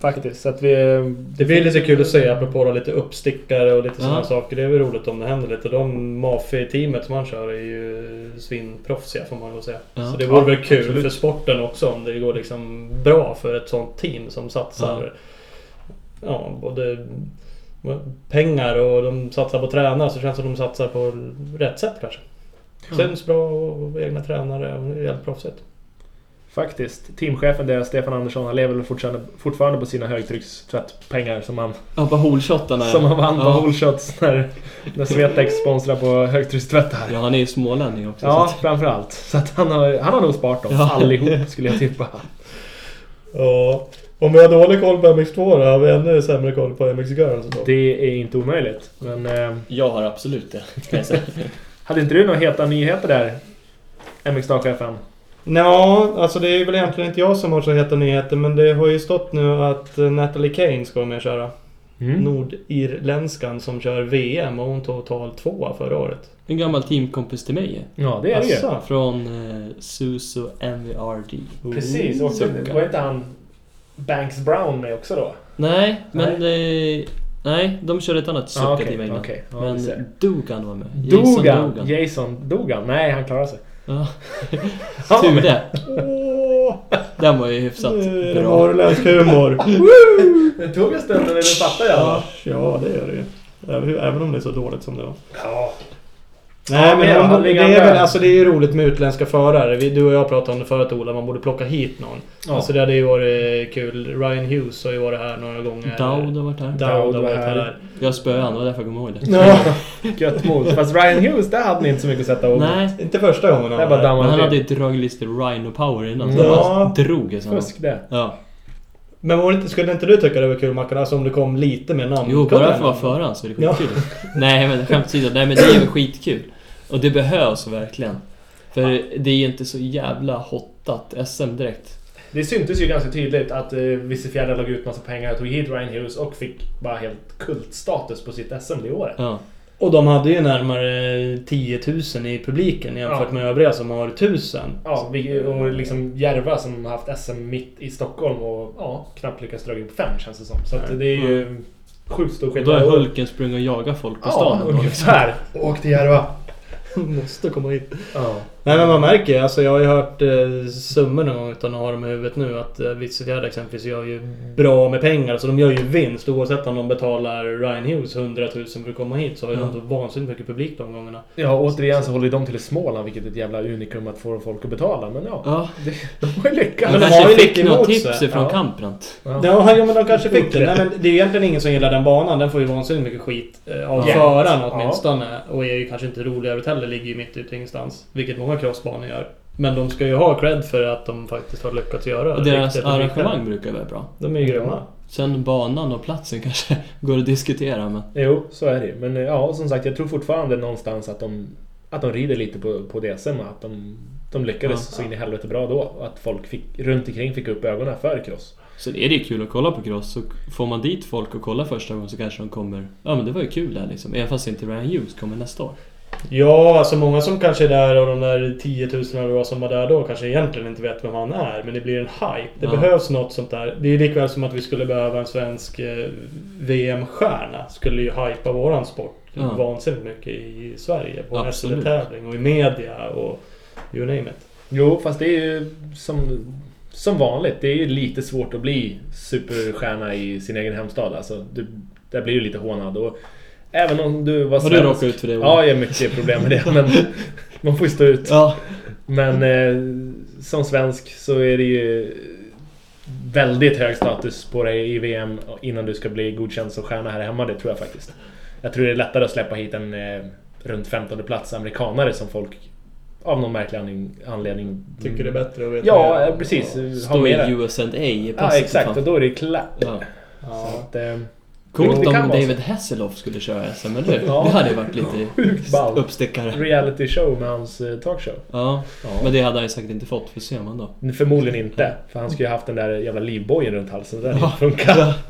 [SPEAKER 3] Faktiskt. Så att vi...
[SPEAKER 2] Det blir lite kul att se apropå då, lite uppstickare och lite
[SPEAKER 4] Ja.
[SPEAKER 2] sådana saker. Det är väl roligt om det händer lite. De Mafi-teamet som han kör är ju svinproffsiga får man väl säga.
[SPEAKER 4] Ja.
[SPEAKER 2] Så det vore
[SPEAKER 3] Ja,
[SPEAKER 2] väl kul
[SPEAKER 3] absolut.
[SPEAKER 2] för sporten också om det går liksom bra för ett sånt team som satsar. Ja, både pengar och de satsar på tränare så känns det som de satsar på rätt sätt kanske.
[SPEAKER 4] Ja.
[SPEAKER 2] Syns bra och egna tränare och jävligt proffsigt.
[SPEAKER 3] Faktiskt. Teamchefen deras, Stefan Andersson, han lever väl fortfarande, fortfarande på sina högtryckstvättpengar som han,
[SPEAKER 4] Ja, på holshottarna
[SPEAKER 3] som han vann på
[SPEAKER 4] ja.
[SPEAKER 3] Holshots när, när Svetex sponsrar på högtryckstvättar.
[SPEAKER 4] Ja, han är ju smålänning också.
[SPEAKER 3] Ja,
[SPEAKER 4] så att-
[SPEAKER 3] framförallt. Så att han, har, han har nog sparat dem
[SPEAKER 4] Ja.
[SPEAKER 3] allihop skulle jag tippa.
[SPEAKER 2] Ja, om vi har dålig koll på MX2 då har vi ännu sämre koll på MX Girls. då.
[SPEAKER 3] Det är inte omöjligt. Men eh,
[SPEAKER 4] Jag har absolut det, kan jag säga.
[SPEAKER 3] hade inte du några heta nyheter där? MX-chefen.
[SPEAKER 2] Ja, alltså det är väl egentligen inte jag som har så heta nyheter men det har ju stått nu att eh, Natalie Kane ska vara med och köra.
[SPEAKER 3] Mm.
[SPEAKER 2] Mm. Nordirländskan som kör VM och hon tog tal tvåa förra året.
[SPEAKER 4] En gammal teamkompis till mig ju.
[SPEAKER 3] Ja, det är det ju.
[SPEAKER 2] Asså.
[SPEAKER 4] Från eh, Suso E MVRD.
[SPEAKER 3] Precis, och så
[SPEAKER 4] Sucka.
[SPEAKER 3] var inte han Banks Brown med också då?
[SPEAKER 4] Nej, men... Nej, nej de körde ett annat
[SPEAKER 3] Ah,
[SPEAKER 4] sucka
[SPEAKER 3] okej,
[SPEAKER 4] team innan.
[SPEAKER 3] okej. Ja, vi ser.
[SPEAKER 4] Men Dugan var med. Jason
[SPEAKER 3] Dogan. Jason Dogan. Nej, han klarar sig.
[SPEAKER 4] Ja.
[SPEAKER 3] Han var
[SPEAKER 4] Tur
[SPEAKER 3] med.
[SPEAKER 4] det.
[SPEAKER 2] Åh,
[SPEAKER 4] Den var ju hyfsat
[SPEAKER 2] nu är det
[SPEAKER 4] bra.
[SPEAKER 2] norrländsk humor.
[SPEAKER 3] Det tog en stund men du fattar jag.
[SPEAKER 2] ja, ja, det gör det ju. Även- Även om det är så dåligt som det var.
[SPEAKER 3] Ja.
[SPEAKER 2] Nej men
[SPEAKER 3] men
[SPEAKER 2] hon,
[SPEAKER 3] han
[SPEAKER 2] det,
[SPEAKER 3] ligger
[SPEAKER 2] är väl,
[SPEAKER 3] där.
[SPEAKER 2] alltså, det är ju roligt med utländska förare. Vi, du och jag pratade om det förut Ola, man borde plocka hit någon.
[SPEAKER 3] Ja.
[SPEAKER 2] Alltså det hade ju varit kul. Ryan Hughes har ju varit här några gånger.
[SPEAKER 4] Dowd har varit här.
[SPEAKER 2] Dowd har
[SPEAKER 3] Dowd var
[SPEAKER 2] varit
[SPEAKER 3] här.
[SPEAKER 2] här.
[SPEAKER 4] Jag spöade honom, det var därför jag kommer ihåg det.
[SPEAKER 3] Gött mod. Fast Ryan Hughes, där hade ni inte så mycket att sätta ord
[SPEAKER 4] Nej,
[SPEAKER 2] Inte första gången
[SPEAKER 3] Där bara
[SPEAKER 4] men
[SPEAKER 3] dammade
[SPEAKER 4] han
[SPEAKER 3] till.
[SPEAKER 4] hade ju dragit lite Rhino Power innan. Så
[SPEAKER 2] Ja.
[SPEAKER 4] han bara drog i sådana.
[SPEAKER 3] Fusk det.
[SPEAKER 4] Ja.
[SPEAKER 2] Men var det inte, skulle inte du tycka det var kul Mackan? Alltså om det kom lite mer namn?
[SPEAKER 4] Jo, bara för att vara
[SPEAKER 2] namn.
[SPEAKER 4] föran så är det
[SPEAKER 2] Ja.
[SPEAKER 4] skitkul. Nej men skämt åsido, nej men det är väl skitkul. Och det behövs verkligen. För det är ju inte så jävla hottat SM direkt.
[SPEAKER 3] Det syntes ju ganska tydligt att eh, Vissefjärda la ut massa pengar och tog hit Ryan Hughes och fick bara helt kultstatus på sitt SM det året.
[SPEAKER 4] Ja.
[SPEAKER 2] Och de hade ju närmare 10 000 i publiken jämfört
[SPEAKER 3] Ja.
[SPEAKER 2] med övriga som har 1000.
[SPEAKER 3] Ja, vi- och liksom Järva som har haft SM mitt i Stockholm och ja, knappt lyckats dra in på fem känns det som. Så att det är ju sjukt stor
[SPEAKER 4] Och då
[SPEAKER 3] skillnad.
[SPEAKER 4] är Hulken sprungit och jagat folk på
[SPEAKER 3] Ja,
[SPEAKER 4] stan. ändå, liksom.
[SPEAKER 3] ungefär. Åk till Järva.
[SPEAKER 2] Måste komma hit.
[SPEAKER 3] Ja.
[SPEAKER 2] Nej men man märker ju, alltså jag har ju hört eh, summor någon gång utan att ha dem i huvudet nu att eh, Vitsefjärda exempelvis gör ju bra med pengar. Så de gör ju vinst oavsett om de betalar Ryan Hughes 100 000 för att komma hit så har ju
[SPEAKER 4] Ja.
[SPEAKER 2] de så vansinnigt mycket publik de gångerna.
[SPEAKER 3] Ja, återigen så håller de till i Småland, vilket är ett jävla unikum att få folk att betala. Men ja,
[SPEAKER 4] Ja.
[SPEAKER 3] de har ju lyckats.
[SPEAKER 4] Men alltså, de
[SPEAKER 2] de har ju
[SPEAKER 4] kanske
[SPEAKER 2] lite
[SPEAKER 4] fick något
[SPEAKER 2] emot
[SPEAKER 4] tips
[SPEAKER 2] sig.
[SPEAKER 4] ifrån
[SPEAKER 3] Ja.
[SPEAKER 4] Kamprant.
[SPEAKER 3] Ja.
[SPEAKER 2] Ja, ja men de kanske fick det. Nej, men det är ju egentligen ingen som gillar den banan. Den får ju vansinnigt mycket skit eh, av
[SPEAKER 3] Ja.
[SPEAKER 2] föraren
[SPEAKER 3] Ja.
[SPEAKER 2] åtminstone. Och är ju kanske inte rolig övrigt heller. Ligger ju mitt ute i ingenstans. Vilket många crossbanor gör. Men de ska ju ha cred för att de faktiskt har lyckats göra
[SPEAKER 4] Och deras
[SPEAKER 2] riktiga publikvärden.
[SPEAKER 4] arrangemang brukar vara bra.
[SPEAKER 2] De är ju grymma.
[SPEAKER 4] Sen banan och platsen kanske går att diskutera men...
[SPEAKER 3] Jo, så är det ju. Men eh, ja, som sagt, jag tror fortfarande någonstans att de, att de rider lite på, på DSM och att de, de lyckades
[SPEAKER 4] Ja.
[SPEAKER 3] så in i helvete bra då. Och att folk fick, runt omkring fick upp ögonen för cross.
[SPEAKER 4] Så det är ju kul att kolla på cross. Så får man dit folk och kolla första gången så kanske de kommer... Ja men det var ju kul det här liksom. Även fast inte Ryan Hughes kommer nästa år.
[SPEAKER 2] Ja, alltså många som kanske är där och de där 10 000 eller vad som var där då kanske egentligen inte vet vem han är. Men det blir en hype. Det
[SPEAKER 4] Ja.
[SPEAKER 2] behövs något sånt där. Det är ju likväl som att vi skulle behöva en svensk eh, VM-stjärna. Skulle ju hypa våran sport
[SPEAKER 4] Ja.
[SPEAKER 2] vansinnigt mycket i Sverige. På en
[SPEAKER 4] Absolut.
[SPEAKER 2] SVT-tävling och i media och you name it.
[SPEAKER 3] Jo, fast det är ju som, som vanligt. Det är ju lite svårt att bli superstjärna i sin egen hemstad. Alltså, du, där blir du lite hånad. Och, Även om du var
[SPEAKER 4] Har du råkat ut för det? Ola?
[SPEAKER 3] Ja, jag har mycket problem med det. Men man får ju stå ut.
[SPEAKER 4] ja.
[SPEAKER 2] Mm.
[SPEAKER 3] Men eh, som svensk så är det ju väldigt hög status på dig i VM innan du ska bli godkänd som stjärna här hemma. Det tror jag faktiskt. Jag tror det är lättare att släppa hit en eh, runt 15 plats amerikanare som folk av någon märklig anledning- anledning...
[SPEAKER 2] Tycker
[SPEAKER 4] Mm.
[SPEAKER 2] det är bättre att veta
[SPEAKER 3] Ja,
[SPEAKER 2] mer.
[SPEAKER 3] eh, precis. Ha
[SPEAKER 4] Står
[SPEAKER 3] med
[SPEAKER 4] i
[SPEAKER 3] det.
[SPEAKER 4] US and A i passet.
[SPEAKER 3] Ja,
[SPEAKER 4] för
[SPEAKER 3] exakt.
[SPEAKER 4] fan.
[SPEAKER 3] Och då är det klart.
[SPEAKER 4] Ja.
[SPEAKER 3] Så
[SPEAKER 2] Ja.
[SPEAKER 3] att, eh,
[SPEAKER 4] Coolt
[SPEAKER 3] Jo, det
[SPEAKER 4] om
[SPEAKER 3] kan vara så.
[SPEAKER 4] David Hasselhoff skulle köra SM, eller hur?
[SPEAKER 3] Ja.
[SPEAKER 4] Det hade varit lite
[SPEAKER 3] Sjukt ball.
[SPEAKER 4] uppstickare.
[SPEAKER 3] reality show med hans eh, talkshow.
[SPEAKER 4] Ja,
[SPEAKER 3] Ja.
[SPEAKER 4] men det hade han ju säkert inte fått, för ser man då.
[SPEAKER 3] Förmodligen inte, för han skulle ju haft den där jävla livbojen runt halsen. Det hade inte funkat.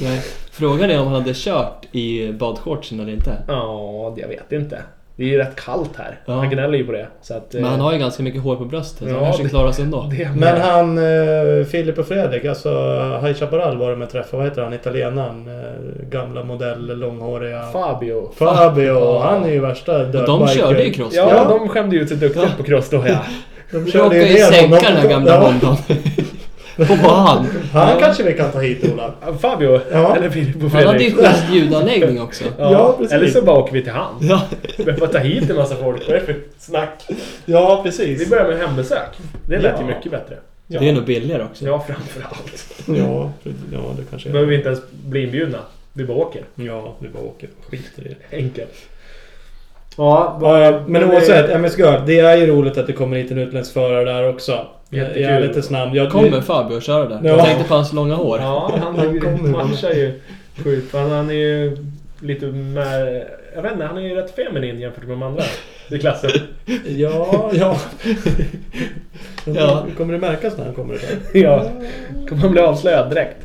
[SPEAKER 4] Nej. Frågan är om han hade kört i badshortsen eller inte.
[SPEAKER 3] Ja, jag vet inte. Det är ju rätt kallt här.
[SPEAKER 4] Ja.
[SPEAKER 3] Han gnäller ju på det. Så att, eh,
[SPEAKER 4] Men han har ju ganska mycket hår på bröstet, så han
[SPEAKER 3] Ja,
[SPEAKER 4] kanske
[SPEAKER 3] det-
[SPEAKER 4] klarar sig ändå.
[SPEAKER 3] det med.
[SPEAKER 2] Men han, eh, Filip och Fredrik, alltså High Chaparral var de jag träffade. Vad heter han, italienaren? Eh, gamla modell, långhåriga.
[SPEAKER 3] Fabio.
[SPEAKER 2] Fabio,
[SPEAKER 3] Ja.
[SPEAKER 2] han är ju värsta
[SPEAKER 4] Och de
[SPEAKER 2] dirtbiker.
[SPEAKER 4] körde ju cross
[SPEAKER 3] Ja,
[SPEAKER 2] Ja.
[SPEAKER 3] de skämde ju ut sig duktigt
[SPEAKER 4] Ja.
[SPEAKER 3] på cross då ja.
[SPEAKER 2] De
[SPEAKER 4] Jag
[SPEAKER 2] körde
[SPEAKER 4] råkade
[SPEAKER 2] ju
[SPEAKER 4] ju
[SPEAKER 2] ner
[SPEAKER 4] sänka
[SPEAKER 2] honom.
[SPEAKER 4] den här gamla
[SPEAKER 2] Ja,
[SPEAKER 4] Hondan. På han.
[SPEAKER 2] Han kanske vi kan ta hit, Ola.
[SPEAKER 3] Fabio,
[SPEAKER 2] Ja.
[SPEAKER 3] eller Filip och
[SPEAKER 4] Han hade ju
[SPEAKER 3] Fredrik.
[SPEAKER 4] schysst ljudanläggning också.
[SPEAKER 3] Ja,
[SPEAKER 2] Ja, precis.
[SPEAKER 3] Eller så bara åker vi till han.
[SPEAKER 4] Ja.
[SPEAKER 3] Vi behöver bara ta hit en massa folk. Vad är det för snack?
[SPEAKER 2] Ja,
[SPEAKER 3] Vi
[SPEAKER 2] precis.
[SPEAKER 3] börjar med hembesök. Det lät ju
[SPEAKER 2] Ja.
[SPEAKER 3] mycket bättre.
[SPEAKER 2] Ja.
[SPEAKER 4] Det är nog billigare också.
[SPEAKER 3] Ja, framförallt.
[SPEAKER 2] Ja, för- ja, det kanske
[SPEAKER 3] Då
[SPEAKER 2] är
[SPEAKER 3] behöver vi inte ens bli inbjudna. Vi bara åker.
[SPEAKER 2] Ja, vi bara åker. Skiter i det.
[SPEAKER 3] Enkelt. Ja,
[SPEAKER 2] Ja, ja, men
[SPEAKER 3] det-
[SPEAKER 2] oavsett, MS Girl. Det är ju roligt att det kommer hit en utländsk förare där också.
[SPEAKER 3] Jättekul.
[SPEAKER 2] I ärlighetens namn. Jag,
[SPEAKER 4] Kommer Fabio att köra där?
[SPEAKER 2] Ja.
[SPEAKER 4] Jag tänkte på hans långa hår.
[SPEAKER 3] Ja, han,
[SPEAKER 2] Han kommer.
[SPEAKER 3] matchar ju sjukt. Han, han är ju lite mer... Jag vet inte, han är ju rätt feminin jämfört med de andra i klassen.
[SPEAKER 2] Ja, ja.
[SPEAKER 4] Ja.
[SPEAKER 2] Kommer det märkas när han kommer idag?
[SPEAKER 3] Ja. Kommer han bli avslöjad direkt?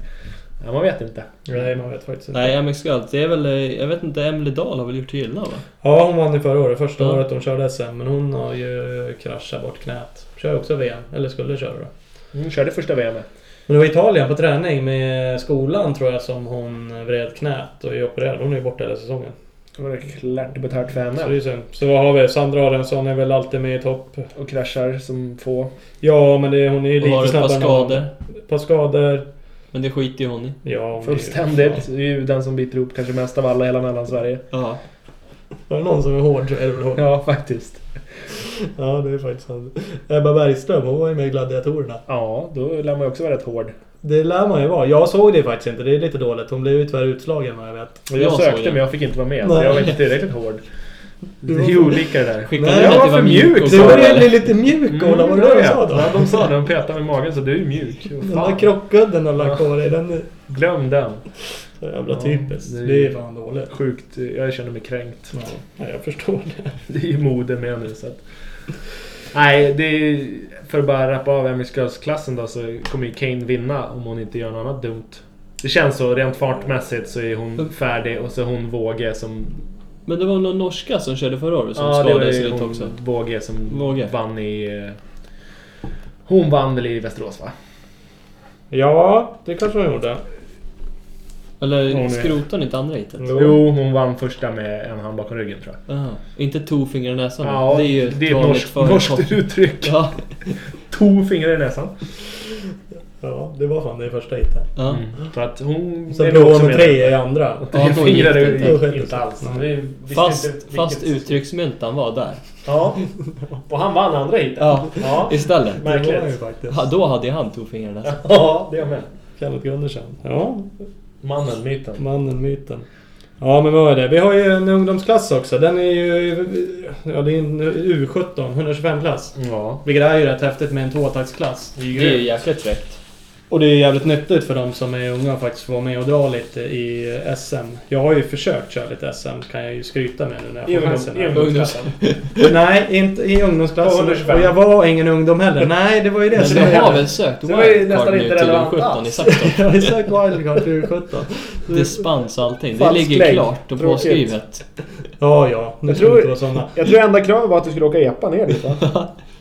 [SPEAKER 3] Ja, man vet inte.
[SPEAKER 2] Nej, man vet faktiskt inte.
[SPEAKER 4] Nej, MX Galt, det är väl... eh, Jag vet inte, Emily Dahl har väl gjort illa va?
[SPEAKER 2] Ja, hon vann ju förra året. Första
[SPEAKER 4] Ja.
[SPEAKER 2] året hon körde SM. Men hon har ju kraschat bort knät. Kör också VM. Eller skulle köra då.
[SPEAKER 3] Mm, körde första VM. -et.
[SPEAKER 2] Men det var Italien på träning med skolan tror jag som hon vred knät och är opererad. Hon är ju borta hela säsongen.
[SPEAKER 3] Då var det klart betalt för
[SPEAKER 2] Så, det är
[SPEAKER 3] henne.
[SPEAKER 2] ju synd. så vad har vi? Sandra Adamsson är väl alltid med i topp.
[SPEAKER 3] Och kraschar som få.
[SPEAKER 2] Ja, men det, hon är ju
[SPEAKER 4] Och har
[SPEAKER 2] lite
[SPEAKER 4] ett
[SPEAKER 2] snabbare.
[SPEAKER 4] par
[SPEAKER 2] än honom.
[SPEAKER 4] skador.
[SPEAKER 2] Ett par skador.
[SPEAKER 4] Men det skiter ju hon i.
[SPEAKER 2] Ja, hon är ju-
[SPEAKER 3] Fullständigt. Det är ju den som biter ihop kanske mest av alla i hela Mellansverige.
[SPEAKER 4] Ja.
[SPEAKER 2] Var det någon som är hård så är det väl hon.
[SPEAKER 3] Ja, faktiskt.
[SPEAKER 2] Ja, det är faktiskt sant. Ebba Bergström, hon var ju med i Gladiatorerna.
[SPEAKER 3] Ja, då lär man ju också vara rätt hård.
[SPEAKER 2] Det lär man ju vara. Jag såg det faktiskt inte. Det är lite dåligt. Hon blev ju tyvärr utslagen vad jag vet.
[SPEAKER 3] Och jag,
[SPEAKER 4] Jag såg
[SPEAKER 3] sökte
[SPEAKER 4] det.
[SPEAKER 3] men jag fick inte vara med.
[SPEAKER 2] Nej.
[SPEAKER 3] Så jag var inte tillräckligt hård. Det
[SPEAKER 2] Du
[SPEAKER 3] är ju olika det där.
[SPEAKER 4] Skickade
[SPEAKER 2] Nej,
[SPEAKER 4] ut
[SPEAKER 2] jag
[SPEAKER 4] att
[SPEAKER 2] var
[SPEAKER 4] det var
[SPEAKER 3] för
[SPEAKER 4] mjuk och
[SPEAKER 3] mjuk.
[SPEAKER 2] Du
[SPEAKER 3] Det
[SPEAKER 4] så,
[SPEAKER 3] var
[SPEAKER 2] börjar
[SPEAKER 4] eller?
[SPEAKER 2] bli lite mjuk Ola, var det det de sa då?
[SPEAKER 3] Mm. Ja, de sa det. De petade med magen så du är ju mjuk.
[SPEAKER 2] Den
[SPEAKER 3] Fan,
[SPEAKER 2] där krockkudden de lagt på dig, den är
[SPEAKER 3] Glöm den.
[SPEAKER 2] så jävla
[SPEAKER 3] Ja,
[SPEAKER 2] typisk.
[SPEAKER 3] det
[SPEAKER 2] Det
[SPEAKER 3] är-
[SPEAKER 2] är ju fan dåligt.
[SPEAKER 3] Sjukt. Jag känner mig kränkt.
[SPEAKER 2] Ja, nej, jag förstår det.
[SPEAKER 3] Det är ju mode med nu så att... Nej, det är, för att bara rappa av Emmy klassen då så kommer ju Kane vinna om hon inte gör något annat dumt. Det känns så. Rent fartmässigt så är hon färdig och så är hon Våge som...
[SPEAKER 4] Men det var någon norska som körde förra året som
[SPEAKER 3] Ja, det var
[SPEAKER 4] skadade sig
[SPEAKER 3] ju
[SPEAKER 4] lite
[SPEAKER 3] hon
[SPEAKER 4] också.
[SPEAKER 3] Våge som
[SPEAKER 4] Våge.
[SPEAKER 3] vann i... eh, Hon vann väl i Västerås va?
[SPEAKER 2] Ja, det kanske hon gjorde.
[SPEAKER 4] Eller
[SPEAKER 3] Hon är- Mm.
[SPEAKER 4] skrotade hon inte andra heatet?
[SPEAKER 2] Jo.
[SPEAKER 3] Jo, hon vann första med en hand bakom ryggen tror jag.
[SPEAKER 4] Aha. Inte to fingrar i näsan?
[SPEAKER 3] Ja,
[SPEAKER 4] det är ju ett
[SPEAKER 3] det är ett
[SPEAKER 4] vanligt
[SPEAKER 3] norskt,
[SPEAKER 4] förekom.
[SPEAKER 3] norskt uttryck.
[SPEAKER 4] Ja,
[SPEAKER 3] To fingrar i näsan.
[SPEAKER 2] Ja, det var fan det första hiten.
[SPEAKER 4] ja.
[SPEAKER 3] Mm. Så att hon...
[SPEAKER 2] Sen
[SPEAKER 3] är
[SPEAKER 2] blev
[SPEAKER 3] nog också
[SPEAKER 2] hon
[SPEAKER 3] med.
[SPEAKER 2] tre i andra.
[SPEAKER 4] Ja,
[SPEAKER 3] Tre
[SPEAKER 4] då
[SPEAKER 3] fingrar
[SPEAKER 4] gick det
[SPEAKER 2] inte.
[SPEAKER 3] gick
[SPEAKER 2] Då skedde
[SPEAKER 3] inte
[SPEAKER 2] det.
[SPEAKER 3] alls. Vi visste inte
[SPEAKER 4] Fast,
[SPEAKER 3] vilket-
[SPEAKER 4] fast uttrycksmyntan var där.
[SPEAKER 3] Ja. Och han vann andra heatet.
[SPEAKER 4] Ja,
[SPEAKER 3] Ja.
[SPEAKER 4] istället.
[SPEAKER 2] Det var ju
[SPEAKER 3] Märkligt.
[SPEAKER 2] faktiskt.
[SPEAKER 4] Ja, då hade han to fingrar i näsan.
[SPEAKER 3] Ja, det är jag med.
[SPEAKER 2] Kenneth Gundersen. Ja,
[SPEAKER 3] Mannen, myten.
[SPEAKER 2] Mannen, myten. Ja men vad är det? Vi har ju en ungdomsklass också. Den är ju... Ja det är en U17, 125-klass.
[SPEAKER 3] Ja.
[SPEAKER 2] Vilket är ju rätt häftigt med en tvåtaktsklass.
[SPEAKER 4] Det är ju jäkligt fräckt.
[SPEAKER 2] Och det är jävligt nyttigt för de som är unga att faktiskt få vara med och dra lite i SM. Jag har ju försökt köra lite SM kan jag ju skryta med nu när
[SPEAKER 3] I
[SPEAKER 2] jag får chansen.
[SPEAKER 3] ungdom- i
[SPEAKER 2] här.
[SPEAKER 3] ungdomsklassen.
[SPEAKER 2] Nej, inte i
[SPEAKER 3] På
[SPEAKER 2] ungdomsklassen.
[SPEAKER 3] 125.
[SPEAKER 2] Och jag var ingen ungdom heller. Nej, det var ju det
[SPEAKER 4] Men
[SPEAKER 2] som
[SPEAKER 4] du
[SPEAKER 2] var
[SPEAKER 4] har
[SPEAKER 2] jävligt.
[SPEAKER 4] väl sökt
[SPEAKER 3] Så det var ju
[SPEAKER 4] wildcard
[SPEAKER 3] nästan
[SPEAKER 4] nu
[SPEAKER 3] inte
[SPEAKER 4] till
[SPEAKER 3] relevant
[SPEAKER 4] U17
[SPEAKER 3] alls.
[SPEAKER 4] i Saxton?
[SPEAKER 2] Jag har ju sökt wildcard till U17.
[SPEAKER 4] Dispens och allting. Det
[SPEAKER 3] Falsk
[SPEAKER 4] ligger
[SPEAKER 3] lägg.
[SPEAKER 4] klart och
[SPEAKER 3] Tråkigt.
[SPEAKER 4] påskrivet.
[SPEAKER 2] Ja, ja. Nu
[SPEAKER 3] Jag
[SPEAKER 2] ska vi
[SPEAKER 3] tror-
[SPEAKER 2] inte vara såna.
[SPEAKER 3] Jag tror enda kravet var att du skulle åka epa ner dit va?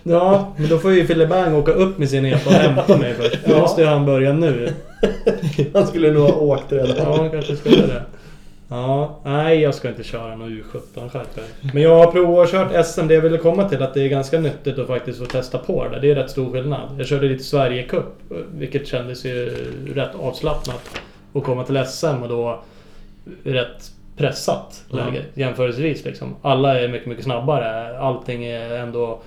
[SPEAKER 2] Ja, men då får ju Fille Bang åka upp med sin epa och hämta mig först. Då
[SPEAKER 3] Ja.
[SPEAKER 2] måste ju han börja nu.
[SPEAKER 3] Han skulle nog ha åkt redan.
[SPEAKER 2] Ja, han kanske skulle det. Ja, nej jag ska inte köra någon U17 skärp dig. Men jag har provat och kört SM. Det jag ville komma till att det är ganska nyttigt att faktiskt få testa på det där. Det är rätt stor skillnad. Jag körde lite Sverigecup, vilket kändes ju rätt avslappnat. Att komma till SM och då rätt pressat läge jämförelsevis. Liksom. Alla är mycket, mycket snabbare. Allting är ändå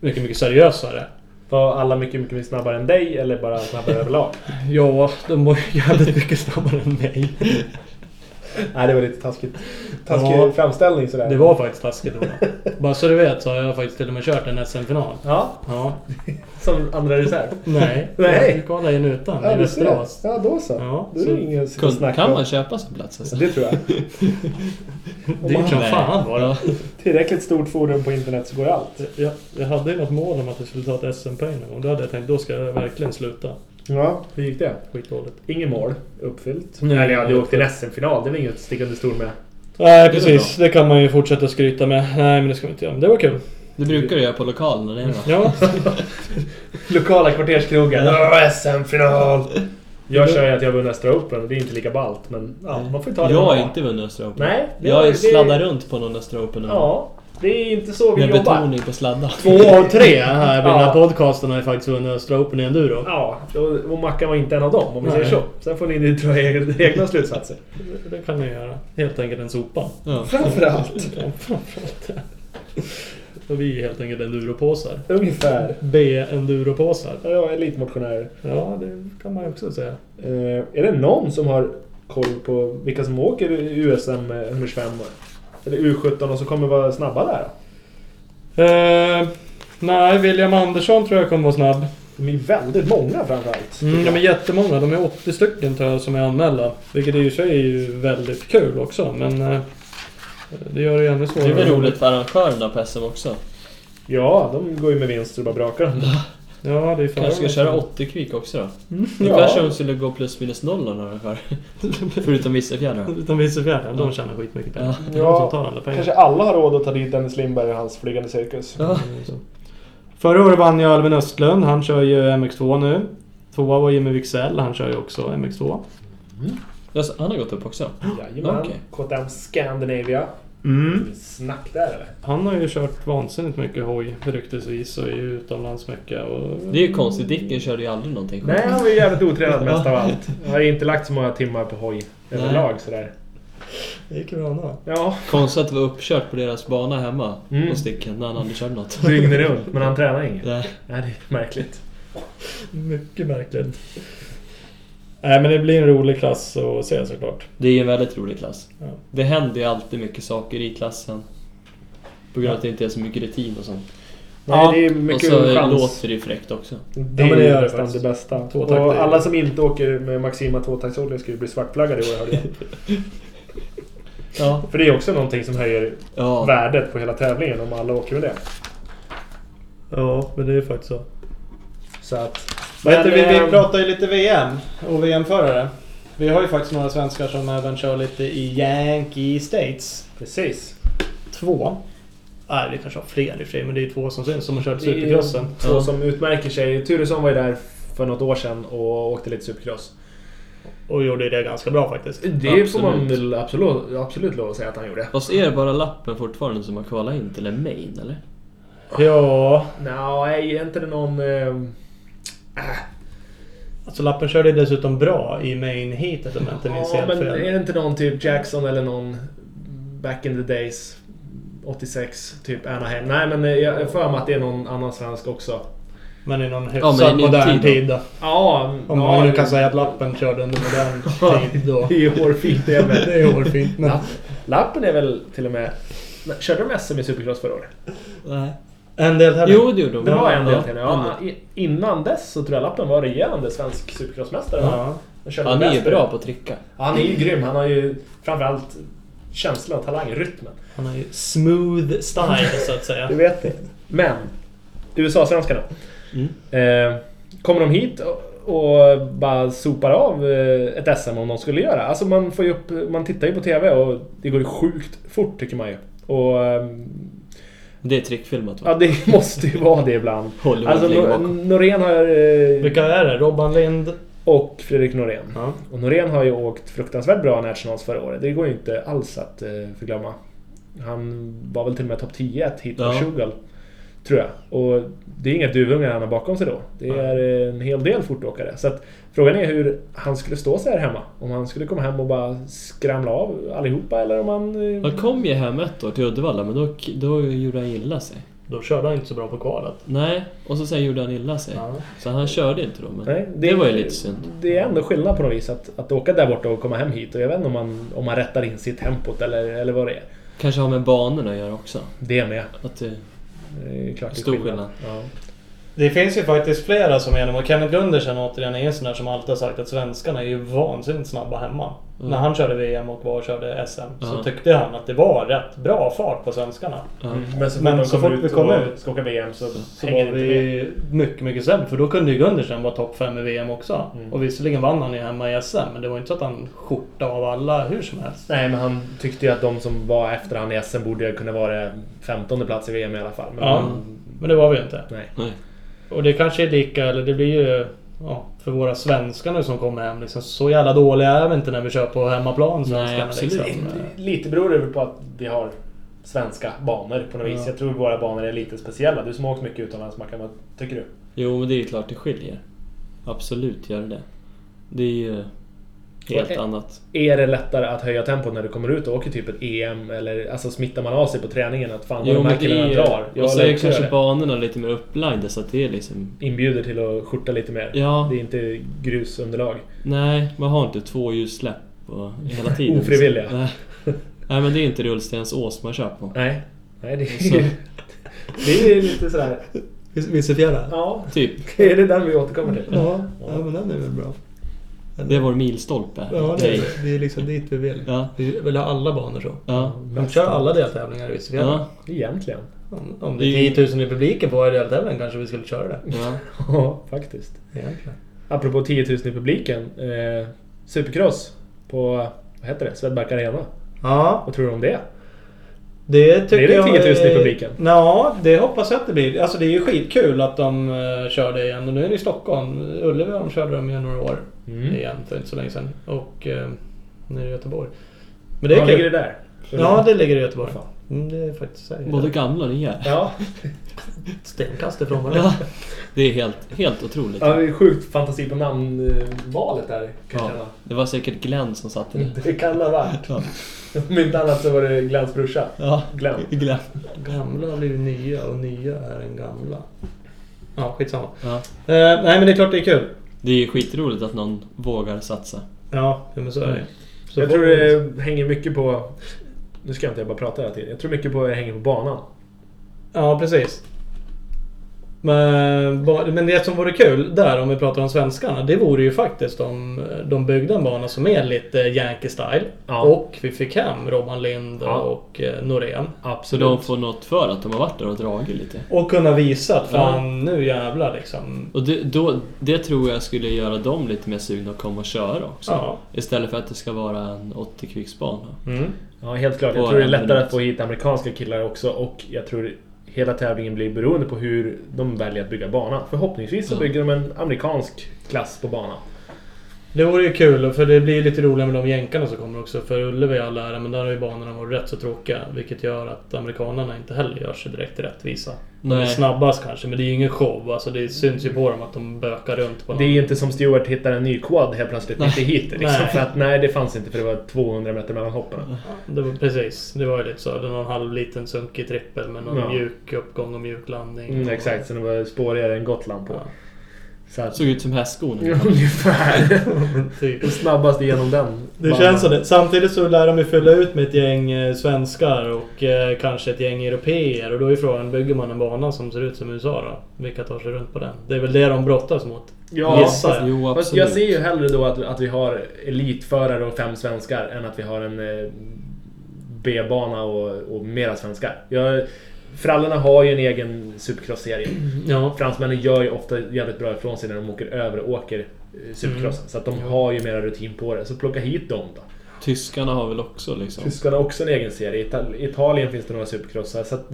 [SPEAKER 2] mycket, mycket seriösare.
[SPEAKER 3] Var alla mycket, mycket snabbare än dig eller bara snabbare överlag?
[SPEAKER 2] Ja, de var ju jävligt mycket snabbare än mig.
[SPEAKER 3] Nej, det var lite taskigt. Taskig
[SPEAKER 2] Ja.
[SPEAKER 3] framställning sådär.
[SPEAKER 2] Det var faktiskt taskigt Ola. Bara så du vet så har jag faktiskt till och med kört en SM-final.
[SPEAKER 3] Ja,
[SPEAKER 2] Ja.
[SPEAKER 3] som andra reserv.
[SPEAKER 2] Nej.
[SPEAKER 3] Nej.
[SPEAKER 2] Jag kvalade in utan
[SPEAKER 3] Ja,
[SPEAKER 2] i
[SPEAKER 3] du ser det.
[SPEAKER 2] Västerås.
[SPEAKER 3] Ja, då så.
[SPEAKER 2] Ja,
[SPEAKER 3] då är
[SPEAKER 2] så
[SPEAKER 3] det ingen som
[SPEAKER 4] Kun,
[SPEAKER 3] snackar
[SPEAKER 4] kan
[SPEAKER 3] om.
[SPEAKER 4] man köpa sig plats alltså?
[SPEAKER 3] Det tror jag. Om man
[SPEAKER 2] Dyrt som
[SPEAKER 3] har
[SPEAKER 4] Nej.
[SPEAKER 2] fan var det.
[SPEAKER 4] Ja.
[SPEAKER 3] tillräckligt stort forum på internet så går allt.
[SPEAKER 2] Jag, jag hade ju något mål om att jag skulle ta ett SM-poäng någon gång. Då hade jag tänkt då ska jag verkligen sluta.
[SPEAKER 3] Ja, hur gick det?
[SPEAKER 2] Skitdåligt.
[SPEAKER 3] Inget mål uppfyllt.
[SPEAKER 2] Nej.
[SPEAKER 3] Eller ja, du åkte till SM-final. Det var inget att sticka under stol med.
[SPEAKER 2] Nej
[SPEAKER 4] är
[SPEAKER 2] precis, det kan man ju fortsätta skryta med. Nej men det ska vi inte göra. Men det var kul.
[SPEAKER 4] Det brukar du göra på lokalen, eller hur?
[SPEAKER 2] Ja.
[SPEAKER 3] Lokala kvarterskrogen. Ja, SM-final! Jag kör ju att jag vunnit Östra Open och det är inte lika ballt. Men ja, man får ju ta det
[SPEAKER 4] Jag
[SPEAKER 3] man
[SPEAKER 4] har
[SPEAKER 3] har.
[SPEAKER 4] inte vunnit Östra Open.
[SPEAKER 3] Nej. det
[SPEAKER 4] Jag
[SPEAKER 3] var-
[SPEAKER 4] har ju
[SPEAKER 3] det-
[SPEAKER 4] sladdat runt på någon Östra Open nu.
[SPEAKER 3] Ja, det är inte så vi
[SPEAKER 4] Med
[SPEAKER 3] jobbar.
[SPEAKER 4] betoning på sladda.
[SPEAKER 2] Två av tre här i den
[SPEAKER 3] Ja.
[SPEAKER 2] här podcasten har ju faktiskt vunnit Östra Open i enduro.
[SPEAKER 3] Ja, och och Mackan var inte en av dem om vi
[SPEAKER 2] Nej.
[SPEAKER 3] säger så. Sen får ni dra er- egna slutsatser.
[SPEAKER 2] Det kan man göra. Helt enkelt en sopa.
[SPEAKER 4] Ja.
[SPEAKER 3] Framförallt.
[SPEAKER 2] Framförallt det. Och vi är helt enkelt enduropåsar.
[SPEAKER 3] Ungefär.
[SPEAKER 2] B-enduropåsar.
[SPEAKER 3] Ja, elitmotionärer.
[SPEAKER 2] Ja, det kan man ju också säga.
[SPEAKER 3] Eh, är det någon som har koll på vilka som åker USM eh, 125 år? Eller U17 och som kommer vara snabba där? då?
[SPEAKER 2] Eh, nej, William Andersson tror jag kommer vara snabb.
[SPEAKER 3] De är väldigt många framförallt.
[SPEAKER 2] Mm, de är jättemånga. De är 80 stycken tror jag som är anmälda. Vilket i och för sig är ju väldigt kul också, men... Eh, det gör det ju ännu
[SPEAKER 4] Det
[SPEAKER 2] svårare.
[SPEAKER 4] är väl roligt för arrangörerna på SM också.
[SPEAKER 3] Ja, de går ju med vinst så det bara brakar. om det.
[SPEAKER 2] Ja, det är fan-
[SPEAKER 4] Kanske ska köra 80 kvik också då? Då
[SPEAKER 3] Mm. ja.
[SPEAKER 4] kanske de skulle gå plus minus noll då, några för. Förutom Vissefjärden.
[SPEAKER 2] Utan Visefjärden, de tjänar skitmycket pengar.
[SPEAKER 4] Ja.
[SPEAKER 2] Det är de som tar alla pengar.
[SPEAKER 3] Kanske alla har råd att ta dit Dennis Lindberg och hans flygande cirkus.
[SPEAKER 4] Ja.
[SPEAKER 2] Mm, Förra året vann jag Albin Östlund. Han kör ju MX2 nu. Tvåa var Jimmy Wiksell. Han kör ju också MX2.
[SPEAKER 4] Alltså, han har gått upp också?
[SPEAKER 3] Jajamän.
[SPEAKER 4] Okej.
[SPEAKER 3] KTM Scandinavia.
[SPEAKER 4] Mm.
[SPEAKER 3] Snack där eller?
[SPEAKER 2] Han har ju kört vansinnigt mycket hoj ryktesvis och är ju utomlands mycket. Och...
[SPEAKER 4] Det är ju konstigt, Dicken körde ju aldrig någonting
[SPEAKER 2] Mm.
[SPEAKER 4] själv.
[SPEAKER 3] Nej, han var ju jävligt otränad mest av allt. Jag har inte lagt så många timmar på hoj
[SPEAKER 4] Nej.
[SPEAKER 3] överlag sådär.
[SPEAKER 2] Det gick bra ändå.
[SPEAKER 3] Ja,
[SPEAKER 4] Konstigt att det var uppkört på deras bana hemma
[SPEAKER 3] Mm.
[SPEAKER 4] på Sticken när han aldrig körde något.
[SPEAKER 3] dygnet runt. Men han tränar inget.
[SPEAKER 4] Nej.
[SPEAKER 3] Nej, det är märkligt.
[SPEAKER 2] Mycket märkligt. Nej men det blir en rolig klass att se såklart.
[SPEAKER 4] Det är ju en väldigt rolig klass.
[SPEAKER 2] Ja.
[SPEAKER 4] Det händer ju alltid mycket saker i klassen. På grund av att det inte är så mycket rutin och sånt.
[SPEAKER 3] Nej,
[SPEAKER 2] Ja,
[SPEAKER 3] det är
[SPEAKER 4] Och
[SPEAKER 3] mycket
[SPEAKER 4] så
[SPEAKER 3] chans.
[SPEAKER 4] låter det ju fräckt också.
[SPEAKER 3] Det
[SPEAKER 2] Ja, men det
[SPEAKER 3] är
[SPEAKER 2] gör det
[SPEAKER 3] nästan det
[SPEAKER 2] faktiskt.
[SPEAKER 3] bästa.
[SPEAKER 2] Tvåtakt
[SPEAKER 3] Och
[SPEAKER 2] är-
[SPEAKER 3] alla som inte åker med Maxima tvåtaktsolja ska ju bli svartflaggade i år hörde jag.
[SPEAKER 4] Ja.
[SPEAKER 3] För det är också någonting som höjer
[SPEAKER 4] ja.
[SPEAKER 3] värdet på hela tävlingen om alla åker med det.
[SPEAKER 2] Ja, men det är faktiskt så.
[SPEAKER 3] Så att...
[SPEAKER 2] Men, vi,
[SPEAKER 3] ehm,
[SPEAKER 2] vi pratar ju lite VM och VM-förare. Vi har ju faktiskt några svenskar som även kör lite i Yankee States.
[SPEAKER 3] Precis.
[SPEAKER 2] två. Nej, vi kanske har fler i och för sig, men det är två som syns som har kört
[SPEAKER 3] Det är
[SPEAKER 2] Supercrossen.
[SPEAKER 3] Två
[SPEAKER 4] Ja.
[SPEAKER 3] som utmärker sig. Turesson var ju där för något år sedan och åkte lite supercross.
[SPEAKER 2] Och gjorde ju det ganska bra faktiskt.
[SPEAKER 3] Det får man
[SPEAKER 4] Absolut.
[SPEAKER 3] väl absolut, absolut lov att säga att han gjorde.
[SPEAKER 4] Fast är det bara lappen fortfarande som har kvalat in till en main eller?
[SPEAKER 2] Ja,
[SPEAKER 3] Nja, nej, är inte det någon... Eh,
[SPEAKER 2] alltså Lappen körde ju dessutom bra i main heatet om jag inte minns
[SPEAKER 3] ja,
[SPEAKER 2] helt
[SPEAKER 3] men
[SPEAKER 2] fel.
[SPEAKER 3] är det inte någon typ Jackson eller någon back in the days? 86, typ Anaheim. Nej, men eh, jag har för mig att det är någon annan svensk också.
[SPEAKER 2] Men i någon
[SPEAKER 4] Ja,
[SPEAKER 2] hyfsat
[SPEAKER 4] men i ny
[SPEAKER 2] modern
[SPEAKER 4] tid då.
[SPEAKER 2] tid då.
[SPEAKER 3] Ja,
[SPEAKER 2] Om
[SPEAKER 3] ja,
[SPEAKER 2] man nu
[SPEAKER 3] det-
[SPEAKER 2] kan säga att Lappen körde under modern tid då.
[SPEAKER 3] Det är hårfint det
[SPEAKER 2] Men
[SPEAKER 3] med.
[SPEAKER 2] det är hårfint. Men...
[SPEAKER 3] Lapp- Lappen är väl till och med... Men Körde de SM i Supercross förra året?
[SPEAKER 4] Nej.
[SPEAKER 2] En del här.
[SPEAKER 4] Jo, det gjorde de.
[SPEAKER 3] Det var en del
[SPEAKER 4] Ja,
[SPEAKER 3] till och
[SPEAKER 4] en
[SPEAKER 3] med.
[SPEAKER 4] del.
[SPEAKER 3] ja, i- Innan dess så tror jag Lappen var regerande svensk Supercrossmästare. va?
[SPEAKER 2] Ja.
[SPEAKER 3] Han körde
[SPEAKER 4] Han är ju
[SPEAKER 3] bäst.
[SPEAKER 4] bra på att trycka.
[SPEAKER 3] Ja, Han är ju grym. Han har ju framförallt känsla och talang, rytmen.
[SPEAKER 2] Han har ju smooth style så att säga.
[SPEAKER 3] Du vet det. Men, USA-svenskarna.
[SPEAKER 4] Mm.
[SPEAKER 3] Eh, kommer de hit och, och bara sopar av eh, ett SM om de skulle göra? Alltså man får ju upp, man tittar ju på TV och det går ju sjukt fort tycker man ju. Och ehm,
[SPEAKER 4] Det är trickfilmat va?
[SPEAKER 3] ja, det måste ju vara det ibland.
[SPEAKER 4] Hollywood
[SPEAKER 3] Alltså
[SPEAKER 4] ligger
[SPEAKER 3] Nor-
[SPEAKER 4] bakom.
[SPEAKER 3] Norén har, eh,
[SPEAKER 2] Vilka är det? Robban Lind?
[SPEAKER 3] och Fredrik Norén.
[SPEAKER 2] Ja.
[SPEAKER 3] Och Norén har ju åkt fruktansvärt bra Nationals förra året. Det går ju inte alls att eh, förglömma. Han var väl till och med topp 10 ett hit på
[SPEAKER 4] Ja.
[SPEAKER 3] Sugal. Tror jag. Och det är inga duvungar han har bakom sig då. Det
[SPEAKER 2] Nej.
[SPEAKER 3] är eh, en hel del fortåkare. Så att frågan är hur han skulle stå sig här hemma. Om han skulle komma hem och bara skramla av allihopa eller om han... eh,
[SPEAKER 4] Han kom ju hem ett år till Uddevalla men då, då gjorde han illa sig.
[SPEAKER 2] Då körde han inte så bra på kvalet.
[SPEAKER 4] Nej, och så sen gjorde han illa sig.
[SPEAKER 2] Ja.
[SPEAKER 4] Så han körde inte då. Men
[SPEAKER 3] Nej,
[SPEAKER 4] det, var ju lite synd.
[SPEAKER 3] Det är ändå skillnad på något vis att, att åka där borta och komma hem hit. Och jag vet inte om man, om man rättar in sig i tempot eller, eller vad det är.
[SPEAKER 4] Kanske har med banorna att göra också.
[SPEAKER 3] Det med.
[SPEAKER 4] Att eh, det,
[SPEAKER 3] Det är klart det är
[SPEAKER 4] Stor
[SPEAKER 3] Ja.
[SPEAKER 2] Det finns ju faktiskt flera som är genom och Kenneth Gundersen återigen är en sån där som alltid har sagt att svenskarna är ju vansinnigt snabba hemma.
[SPEAKER 4] Mm.
[SPEAKER 2] När han körde VM och var och körde SM så
[SPEAKER 4] Ja.
[SPEAKER 2] tyckte han att det var rätt bra fart på svenskarna.
[SPEAKER 4] ja.
[SPEAKER 3] Mm. Men så
[SPEAKER 2] fort de kommer ut och
[SPEAKER 3] ska åka VM så,
[SPEAKER 2] Så var vi mycket, mycket sämre. För då kunde ju Gundersen vara topp 5 i VM också.
[SPEAKER 3] Mm.
[SPEAKER 2] Och visserligen vann han ju hemma i SM, men det var inte så att han skjortade av alla hur som
[SPEAKER 4] Mm.
[SPEAKER 2] helst.
[SPEAKER 3] Nej, men han tyckte ju att de som var efter han i SM borde kunna vara 15 plats i VM i alla fall. Men
[SPEAKER 2] Ja.
[SPEAKER 3] han,
[SPEAKER 2] Men det var vi ju inte.
[SPEAKER 3] nej.
[SPEAKER 4] Nej.
[SPEAKER 2] Och det kanske är lika, eller det blir ju... Ja, för våra svenskar nu som kommer hem liksom. Så jävla dåliga är vi inte när vi kör på hemmaplan svenskarna
[SPEAKER 4] absolut
[SPEAKER 2] liksom.
[SPEAKER 4] inte.
[SPEAKER 3] Lite beror det väl på att vi har svenska banor på något vis.
[SPEAKER 2] Ja.
[SPEAKER 3] Jag tror våra banor är lite speciella. Du som har åkt mycket utomlands, Mackan, vad tycker du?
[SPEAKER 4] Jo, men det är ju klart det skiljer. Absolut gör det det det. är ju helt
[SPEAKER 3] Okej.
[SPEAKER 4] annat.
[SPEAKER 3] Är det lättare att höja tempot när du kommer ut och åker typ ett EM? Eller alltså smittar man av sig på träningen att fan vad
[SPEAKER 4] Jo,
[SPEAKER 3] de här
[SPEAKER 4] men det
[SPEAKER 3] killarna drar?
[SPEAKER 4] är ju... Och så
[SPEAKER 3] lär
[SPEAKER 4] är
[SPEAKER 3] också göra
[SPEAKER 4] kanske
[SPEAKER 3] det.
[SPEAKER 4] banorna lite mer upplagda så att det är liksom...
[SPEAKER 3] Inbjuder till att skjorta lite mer.
[SPEAKER 4] Ja,
[SPEAKER 3] Det är inte grusunderlag.
[SPEAKER 4] nej, man har inte två ljussläpp och hela tiden.
[SPEAKER 3] Ofrivilliga.
[SPEAKER 4] Nej. nej, men det är inte Rullstens ås man kör på.
[SPEAKER 3] Nej. Nej, det är
[SPEAKER 4] Så-
[SPEAKER 3] ju... Det är ju lite sådär...
[SPEAKER 2] Vissefjärra?
[SPEAKER 3] Ja,
[SPEAKER 4] Typ.
[SPEAKER 3] det är det där vi återkommer till.
[SPEAKER 2] Ja, ja, men den är väl bra.
[SPEAKER 4] Det är vår milstolpe. Nej.
[SPEAKER 2] det är liksom dit vi vill.
[SPEAKER 4] Ja,
[SPEAKER 2] Vi vill ha alla banor så.
[SPEAKER 4] ja.
[SPEAKER 2] De kör alla deltävlingar i Vissefjärra.
[SPEAKER 4] Ja,
[SPEAKER 3] Egentligen.
[SPEAKER 2] Om, om det är 10 000 i publiken på varje deltävling kanske vi skulle köra det.
[SPEAKER 4] ja.
[SPEAKER 3] Ja, faktiskt.
[SPEAKER 2] Egentligen.
[SPEAKER 3] Apropå 10 000 i publiken. Eh, supercross på, vad heter det, Swedback Arena.
[SPEAKER 2] Ja,
[SPEAKER 3] Vad tror du om det?
[SPEAKER 2] det tycker
[SPEAKER 3] Blir det
[SPEAKER 2] jag...
[SPEAKER 3] 10 000 i
[SPEAKER 2] är-
[SPEAKER 3] publiken?
[SPEAKER 2] Ja, det hoppas jag att det blir. Alltså det är ju skitkul att de eh, kör det igen. Och nu är det i Stockholm. Ullevi de körde de ju några år
[SPEAKER 3] Mm.
[SPEAKER 2] igen för inte så länge sedan. Och eh, nu är det Göteborg. Men det är
[SPEAKER 3] Var ligger det
[SPEAKER 2] kul.
[SPEAKER 3] där?
[SPEAKER 2] Ja, det ligger i Göteborg.
[SPEAKER 3] Fan.
[SPEAKER 2] Mm, det är faktiskt så här.
[SPEAKER 4] Både gamla och nya.
[SPEAKER 3] Ja,
[SPEAKER 2] stenkast ifrån varandra.
[SPEAKER 4] Ja. Det är helt, helt otroligt.
[SPEAKER 3] ja det är sjukt fantasi på namnvalet där. Kan jag
[SPEAKER 4] Ja.
[SPEAKER 3] känna.
[SPEAKER 4] Det var säkert Glenn som satte det.
[SPEAKER 3] Det kan ha varit.
[SPEAKER 4] Ja.
[SPEAKER 3] Om inte annat så var det Glans brorsa.
[SPEAKER 4] Ja,
[SPEAKER 3] Glenn.
[SPEAKER 4] Glenn.
[SPEAKER 2] Gamla har blivit nya och nya är den gamla. Ja, skitsamma.
[SPEAKER 4] Ja.
[SPEAKER 2] Eh, nej, men det är klart det är kul.
[SPEAKER 4] Det är ju skitroligt att någon vågar satsa.
[SPEAKER 2] Ja, men så är Mm. det Så
[SPEAKER 3] jag tror det hänger mycket på... Nu ska jag inte bara prata hela tiden. Jag tror mycket på det hänger på banan.
[SPEAKER 2] Ja, precis. Men, ba- men det som vore kul där, om vi pratar om svenskarna, det vore ju faktiskt om eh, de byggde en bana som är lite Yankee-style.
[SPEAKER 3] Ja.
[SPEAKER 2] Och vi fick hem Robban Lind
[SPEAKER 3] Ja.
[SPEAKER 2] och eh, Norén.
[SPEAKER 4] Så
[SPEAKER 3] Absolut.
[SPEAKER 4] de får något för att de har varit där och dragit lite.
[SPEAKER 2] Och kunna visa att fan, nu jävlar liksom.
[SPEAKER 4] Och det, då, det tror jag skulle göra dem lite mer sugna att komma och köra också.
[SPEAKER 2] Ja.
[SPEAKER 4] Istället för att det ska vara en 80-kvicksbana.
[SPEAKER 2] Mm.
[SPEAKER 3] Ja, helt klart.
[SPEAKER 4] På
[SPEAKER 3] Jag tror det är
[SPEAKER 4] en
[SPEAKER 3] lättare
[SPEAKER 4] minut.
[SPEAKER 3] att få hit amerikanska killar också och jag tror hela tävlingen blir beroende på hur de väljer att bygga banan. Förhoppningsvis så
[SPEAKER 4] Ja.
[SPEAKER 3] bygger de en amerikansk klass på banan.
[SPEAKER 2] Det vore ju kul, för det blir lite roligare med de jänkarna som kommer också. För Ullevi i all ära, men där har ju banorna varit rätt så tråkiga. Vilket gör att amerikanerna inte heller gör sig direkt rättvisa. De är
[SPEAKER 4] Nej.
[SPEAKER 2] snabbast kanske, men det är ju ingen show. Alltså det syns ju på dem att de bökar runt på
[SPEAKER 3] Det är
[SPEAKER 2] någon-
[SPEAKER 3] ju inte som Stewart hittar en ny quad helt plötsligt mitt i hit. Liksom,
[SPEAKER 2] Nej.
[SPEAKER 3] för att, nej, det fanns inte för det var 200 meter mellan hoppen.
[SPEAKER 2] Det var, precis, det var ju lite så. Det var någon halv liten sunkig trippel med någon
[SPEAKER 3] Ja.
[SPEAKER 2] mjuk uppgång och mjuk landning.
[SPEAKER 3] Mm, exakt, så det var spårigare än Gotland på.
[SPEAKER 2] Ja.
[SPEAKER 3] Så att,
[SPEAKER 4] Såg ut som hästskon.
[SPEAKER 3] ungefär.
[SPEAKER 2] Typ.
[SPEAKER 3] Snabbast igenom den.
[SPEAKER 2] Det känns som det. Samtidigt så lär de ju fylla ut med ett gäng eh, svenskar och eh, kanske ett gäng europeer. Och då är frågan, bygger man en bana som ser ut som USA då? Vilka tar sig runt på den? Det är väl det de brottas mot.
[SPEAKER 3] Ja,
[SPEAKER 2] Gissar
[SPEAKER 3] fast-
[SPEAKER 2] jag.
[SPEAKER 4] Jo,
[SPEAKER 3] Fast jag ser
[SPEAKER 4] absolut.
[SPEAKER 3] ju hellre då att, att vi har elitförare och fem svenskar än att vi har en eh, B-bana och, och mera svenskar. Jag, frallorna har ju en egen supercross-serie.
[SPEAKER 2] Mm, Ja.
[SPEAKER 3] Fransmännen gör ju ofta jävligt bra ifrån sig när de åker över och åker eh, supercross. Så att de har ju mera rutin på det. Så plocka hit dem då.
[SPEAKER 4] Tyskarna har väl också liksom...
[SPEAKER 3] Tyskarna har också en egen serie. I Ital- Italien finns det några supercrossar. Så att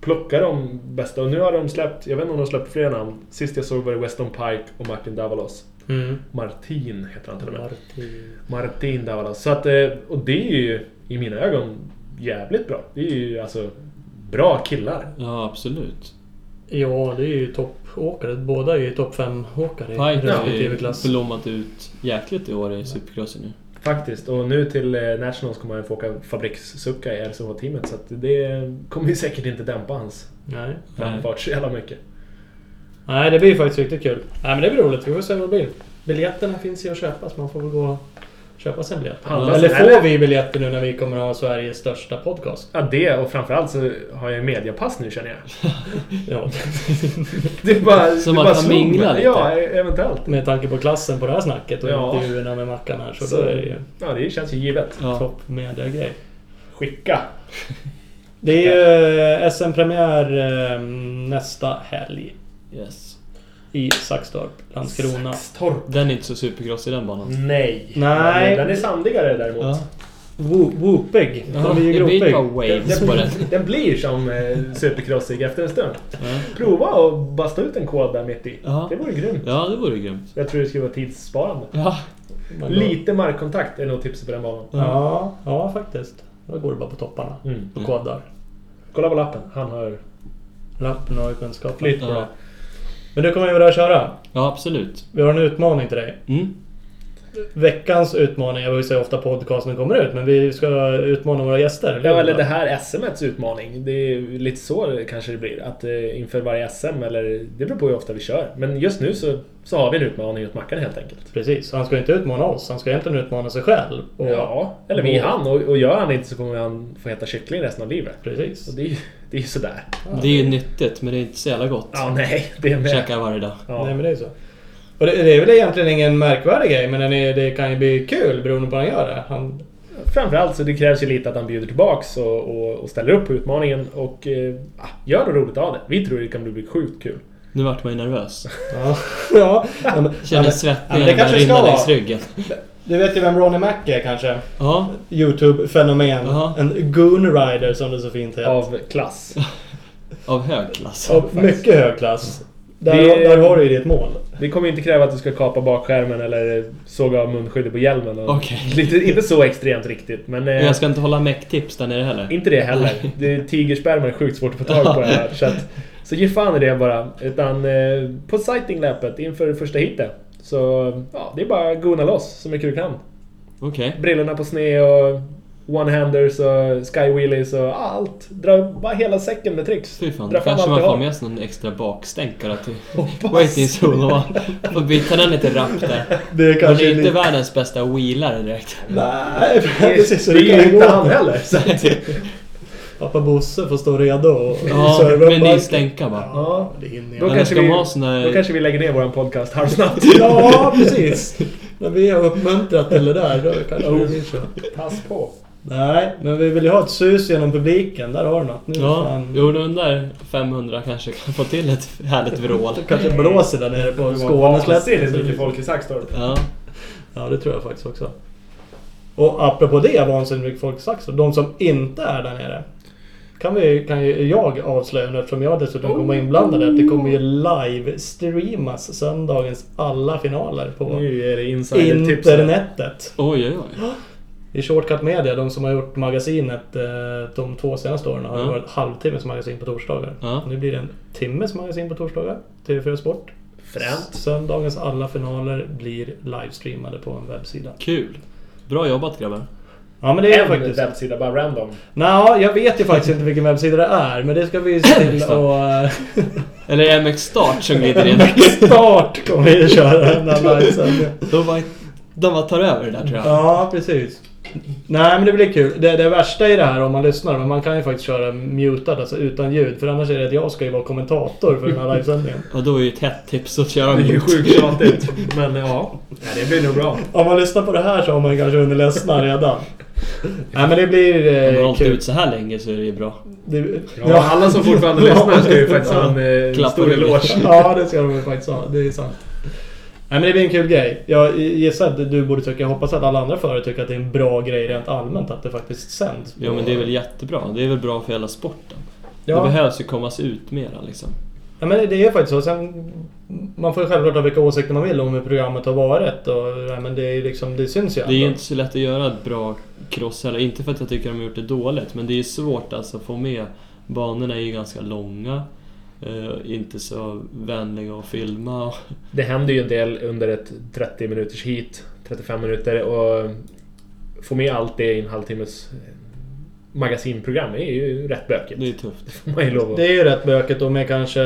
[SPEAKER 3] plocka de bästa. Och nu har de släppt, jag vet inte om de har släppt fler namn. Sist jag såg var det Weston Pike och Martin Davalos.
[SPEAKER 2] Mm.
[SPEAKER 3] Martin heter han till och med.
[SPEAKER 2] Martin.
[SPEAKER 3] Martin Davalos. Så att, eh, och det är ju i mina ögon jävligt bra. Det är ju alltså bra killar.
[SPEAKER 4] Ja, absolut.
[SPEAKER 2] Ja, det är ju toppåkare. Båda är ju topp 5-åkare i
[SPEAKER 4] Pike har
[SPEAKER 2] respektive
[SPEAKER 4] ju
[SPEAKER 2] klass.
[SPEAKER 4] blommat ut jäkligt i år i Supercrossen nu.
[SPEAKER 3] Faktiskt, och nu till eh, Nationals kommer han få åka fabrikssucka i RCH-teamet så att det kommer ju säkert inte dämpa hans
[SPEAKER 2] Nej.
[SPEAKER 3] framfart så jävla mycket.
[SPEAKER 2] Nej, det blir faktiskt riktigt kul. Nej, men det blir roligt. Vi får se vad det blir. Biljetterna finns ju att köpa, så man får väl gå och köpa sig en biljett.
[SPEAKER 3] Handla
[SPEAKER 2] Eller
[SPEAKER 3] sig-
[SPEAKER 2] får
[SPEAKER 3] eller-
[SPEAKER 2] vi biljetter nu när vi kommer att ha Sveriges största podcast?
[SPEAKER 3] Ja, det och framförallt så har jag ju mediapass nu känner jag.
[SPEAKER 2] Ja,
[SPEAKER 3] Det bara,
[SPEAKER 4] Så
[SPEAKER 3] det
[SPEAKER 4] man
[SPEAKER 3] bara
[SPEAKER 4] kan
[SPEAKER 3] slog mig.
[SPEAKER 4] mingla lite.
[SPEAKER 3] Ja, e- eventuellt.
[SPEAKER 2] med tanke på klassen på det här snacket och
[SPEAKER 3] Ja.
[SPEAKER 2] intervjuerna med Mackan här så,
[SPEAKER 3] Så-
[SPEAKER 2] då är det ju
[SPEAKER 3] Ja, det känns ju givet.
[SPEAKER 4] Ja.
[SPEAKER 2] topp media-grej.
[SPEAKER 3] Skicka!
[SPEAKER 2] Det är ju SM-premiär eh, nästa helg
[SPEAKER 4] Yes.
[SPEAKER 2] i Saxtorp, Landskrona.
[SPEAKER 3] Saxtorp.
[SPEAKER 4] Den är inte så supergrossig den banan.
[SPEAKER 2] Mm.
[SPEAKER 3] Nej.
[SPEAKER 2] Nej.
[SPEAKER 3] Den är sandigare däremot.
[SPEAKER 4] Ja.
[SPEAKER 2] Wo- Whoopig.
[SPEAKER 4] Ja,
[SPEAKER 2] Den är ju
[SPEAKER 4] det blir
[SPEAKER 2] gropig.
[SPEAKER 4] ett par
[SPEAKER 3] Den,
[SPEAKER 4] waves på den.
[SPEAKER 3] den, den blir som eh, supercrossig efter en stund.
[SPEAKER 4] Ja.
[SPEAKER 3] Prova och basta ut en kod där mitt i.
[SPEAKER 4] Ja.
[SPEAKER 3] Det vore grymt.
[SPEAKER 4] ja, det vore grymt.
[SPEAKER 3] Jag tror det skulle vara tidssparande.
[SPEAKER 4] Ja.
[SPEAKER 2] Man går-
[SPEAKER 3] Lite markkontakt är nog tipset på den banan.
[SPEAKER 2] Ja, ja faktiskt. Då går det bara på topparna.
[SPEAKER 3] Mm.
[SPEAKER 2] På kodar.
[SPEAKER 3] Kolla på lappen. Han har
[SPEAKER 2] Lappen har ju kunskap.
[SPEAKER 3] flytt på
[SPEAKER 4] Ja.
[SPEAKER 3] det.
[SPEAKER 2] Men du kommer ju vilja köra.
[SPEAKER 4] Ja, absolut.
[SPEAKER 2] Vi har en utmaning till dig.
[SPEAKER 4] Mm.
[SPEAKER 2] Veckans utmaning, jag vill säga ofta podcasten kommer ut, men vi ska utmana våra gäster.
[SPEAKER 3] Ja, eller det här SMets utmaning. Det är ju lite så kanske det blir. Att eh, inför varje SM, eller det beror på hur ofta vi kör. Men just nu så, så har vi en utmaning åt Mackan helt enkelt.
[SPEAKER 2] Precis, han ska inte utmana oss. Han ska egentligen utmana sig själv. Och-
[SPEAKER 3] Ja, eller vi han. Och, och gör han inte så kommer han få heta kyckling resten av livet.
[SPEAKER 2] Precis.
[SPEAKER 3] Och det är ju det är ju sådär.
[SPEAKER 4] Det är ju nyttigt, men det är inte så jävla gott.
[SPEAKER 3] Ja, nej. Det är med.
[SPEAKER 4] Käkar varje dag.
[SPEAKER 2] Nej,
[SPEAKER 3] Ja.
[SPEAKER 2] men det är så. Och det, det är väl egentligen ingen märkvärdig grej, men den är, det kan ju bli kul beroende på vad han gör det. Han,
[SPEAKER 3] Framförallt så det krävs ju lite att han bjuder tillbaks och, och, och ställer upp på utmaningen. Och eh, ah, gör något roligt av det. Vi tror det kan bli sjukt kul.
[SPEAKER 4] Nu vart man ju nervös.
[SPEAKER 2] ja, ja. ja, men-
[SPEAKER 4] Känner
[SPEAKER 2] ja, men det
[SPEAKER 4] svettningen
[SPEAKER 2] kanske
[SPEAKER 4] börja
[SPEAKER 2] ska
[SPEAKER 4] rinna
[SPEAKER 2] vara.
[SPEAKER 4] längs ryggen.
[SPEAKER 2] Du vet ju vem Ronnie Mac är kanske?
[SPEAKER 4] Ja,
[SPEAKER 2] Youtube-fenomen.
[SPEAKER 4] Ja.
[SPEAKER 2] En goon rider som det så fint heter.
[SPEAKER 3] Av klass.
[SPEAKER 4] av hög klass.
[SPEAKER 2] Av mycket hög klass. Där,
[SPEAKER 3] Det-
[SPEAKER 2] där har du ju ditt mål.
[SPEAKER 3] Det kommer inte kräva att du ska kapa bakskärmen eller såga av munskyddet på hjälmen. och-
[SPEAKER 4] Okej.
[SPEAKER 3] Lite, inte så extremt riktigt, men...
[SPEAKER 4] Men
[SPEAKER 3] Eh,
[SPEAKER 4] jag ska inte hålla mecktips där nere heller.
[SPEAKER 3] Inte det heller. Det, tigersperma är sjukt svårt att få tag på här. Så, att, så ge fan i det bara. Utan eh, på sightingläpet inför första hitet. Så ja, det är bara att gona loss så mycket du kan.
[SPEAKER 4] Okej.
[SPEAKER 3] Brillorna på sned och one-handers och skywheelies och allt. Dra bara hela säcken med tricks.
[SPEAKER 4] Fy fan,
[SPEAKER 3] Dra
[SPEAKER 4] då
[SPEAKER 3] fram
[SPEAKER 4] kanske
[SPEAKER 3] allt
[SPEAKER 4] man
[SPEAKER 3] du
[SPEAKER 4] får
[SPEAKER 3] har.
[SPEAKER 4] med sig någon extra bakstänkare till waiting zone och får byta den lite rappt där.
[SPEAKER 2] Det är
[SPEAKER 4] Men
[SPEAKER 2] kanske
[SPEAKER 4] det är inte
[SPEAKER 2] lite-
[SPEAKER 4] världens bästa wheelare direkt.
[SPEAKER 2] Nej,
[SPEAKER 3] Det
[SPEAKER 2] precis.
[SPEAKER 3] är
[SPEAKER 2] Så
[SPEAKER 3] det
[SPEAKER 2] det
[SPEAKER 3] är
[SPEAKER 2] kan
[SPEAKER 3] ju
[SPEAKER 2] ju
[SPEAKER 3] inte han
[SPEAKER 2] gå.
[SPEAKER 3] heller. Så att,
[SPEAKER 2] Pappa Bosse får stå redo och
[SPEAKER 4] Ja,
[SPEAKER 2] serva upp
[SPEAKER 4] med ny
[SPEAKER 2] marken.
[SPEAKER 4] stänka bara.
[SPEAKER 2] Ja, det hinner
[SPEAKER 3] Då
[SPEAKER 2] jag.
[SPEAKER 4] Eller
[SPEAKER 3] kanske
[SPEAKER 4] ska
[SPEAKER 3] vi-
[SPEAKER 4] man ha sån
[SPEAKER 3] då
[SPEAKER 4] där...
[SPEAKER 3] kanske vi lägger ner våran podcast halvsnabbt.
[SPEAKER 2] Ja, precis. När vi har uppmuntrat eller där, då kanske det blir så.
[SPEAKER 3] Pass på.
[SPEAKER 2] Nej, men vi vill ju ha ett sus genom publiken. Där har du något. Nu
[SPEAKER 4] Ja,
[SPEAKER 2] fan.
[SPEAKER 4] jo den där 500 kanske kan få till ett härligt vrål.
[SPEAKER 2] Det kanske blåser där nere på
[SPEAKER 3] Vansinnigt mycket
[SPEAKER 2] Skåneslätten.
[SPEAKER 3] folk i Saxtorp.
[SPEAKER 4] Ja,
[SPEAKER 2] Ja, det tror jag faktiskt också. Och apropå det, vansinnigt mycket folk sagt så. De som inte är där nere. Kan, vi, kan ju jag avslöja nu eftersom jag dessutom kommer vara inblandad att det kommer ju live-streamas söndagens alla finaler på
[SPEAKER 3] Nu är typ det insidertips.
[SPEAKER 2] internetet.
[SPEAKER 4] oj oj oj.
[SPEAKER 2] I Shortcut Media, de som har gjort magasinet eh, de två senaste åren, har det
[SPEAKER 4] Ja.
[SPEAKER 2] varit halvtimmes magasin på torsdagar.
[SPEAKER 4] Ja.
[SPEAKER 2] Nu blir det en timmes magasin på torsdagar, TV4 Sport.
[SPEAKER 3] Fränt.
[SPEAKER 2] Söndagens alla finaler blir livestreamade på en webbsida.
[SPEAKER 4] Kul. Bra jobbat grabbar.
[SPEAKER 2] Ja men det är
[SPEAKER 3] en
[SPEAKER 2] faktiskt.
[SPEAKER 3] webbsida, bara random.
[SPEAKER 2] Nå, jag vet ju faktiskt inte vilken webbsida det är, men det ska vi se till att... eh,
[SPEAKER 4] Eller är MX Start som glider in.
[SPEAKER 2] Start kommer vi att köra den här livesändningen.
[SPEAKER 4] Då var de bara tar över det där tror jag.
[SPEAKER 2] Ja, precis. Nej, men det blir kul. Det, det värsta i det här om man lyssnar, men man kan ju faktiskt köra mutad, alltså utan ljud. För annars är det att jag ska ju vara kommentator för den här livesändningen.
[SPEAKER 4] Och då är ju ett hett tips att köra
[SPEAKER 3] Det är ju
[SPEAKER 4] mot.
[SPEAKER 3] sjukt tjatigt, men ja. Nej, det blir nog bra.
[SPEAKER 2] Om man lyssnar på det här så har man ju kanske hunnit ledsna redan. Nej, men det blir
[SPEAKER 4] Om man har
[SPEAKER 2] eh,
[SPEAKER 4] hållit
[SPEAKER 2] kul.
[SPEAKER 4] ut så här länge så är det ju bra.
[SPEAKER 2] Det,
[SPEAKER 3] Ja, alla som fortfarande lyssnar ska ju faktiskt ha en eh,
[SPEAKER 4] Klapp på
[SPEAKER 3] stor
[SPEAKER 4] ryggen.
[SPEAKER 3] eloge.
[SPEAKER 2] Ja, det ska de ju faktiskt ha. Det är sant. Nej, men det blir en kul grej. Jag gissar att du borde tycka, jag hoppas att alla andra före tycker att det är en bra grej rent allmänt att det faktiskt sänds.
[SPEAKER 4] Jo men det är väl jättebra. Det är väl bra för hela sporten.
[SPEAKER 2] Ja.
[SPEAKER 4] Det behövs ju kommas ut mera liksom.
[SPEAKER 2] Ja, men det är faktiskt så. Sen, man får ju självklart ha vilka åsikter man vill om hur programmet har varit. Och, ja, men det, är ju liksom, det syns ju
[SPEAKER 4] Det är ju
[SPEAKER 2] ändå.
[SPEAKER 4] inte så lätt att göra ett bra cross heller. Inte för att jag tycker de har gjort det dåligt, men det är ju svårt alltså att få med. Banorna är ju ganska långa. eh, inte så vänliga att filma.
[SPEAKER 3] Det händer ju en del under ett 30 minuters hit, 35 minuter och få med allt det i en halvtimmes eh, magasinprogram är ju rätt bökigt.
[SPEAKER 4] Det är tufft.
[SPEAKER 3] får man ju lov att...
[SPEAKER 2] Det är ju rätt bökigt och med kanske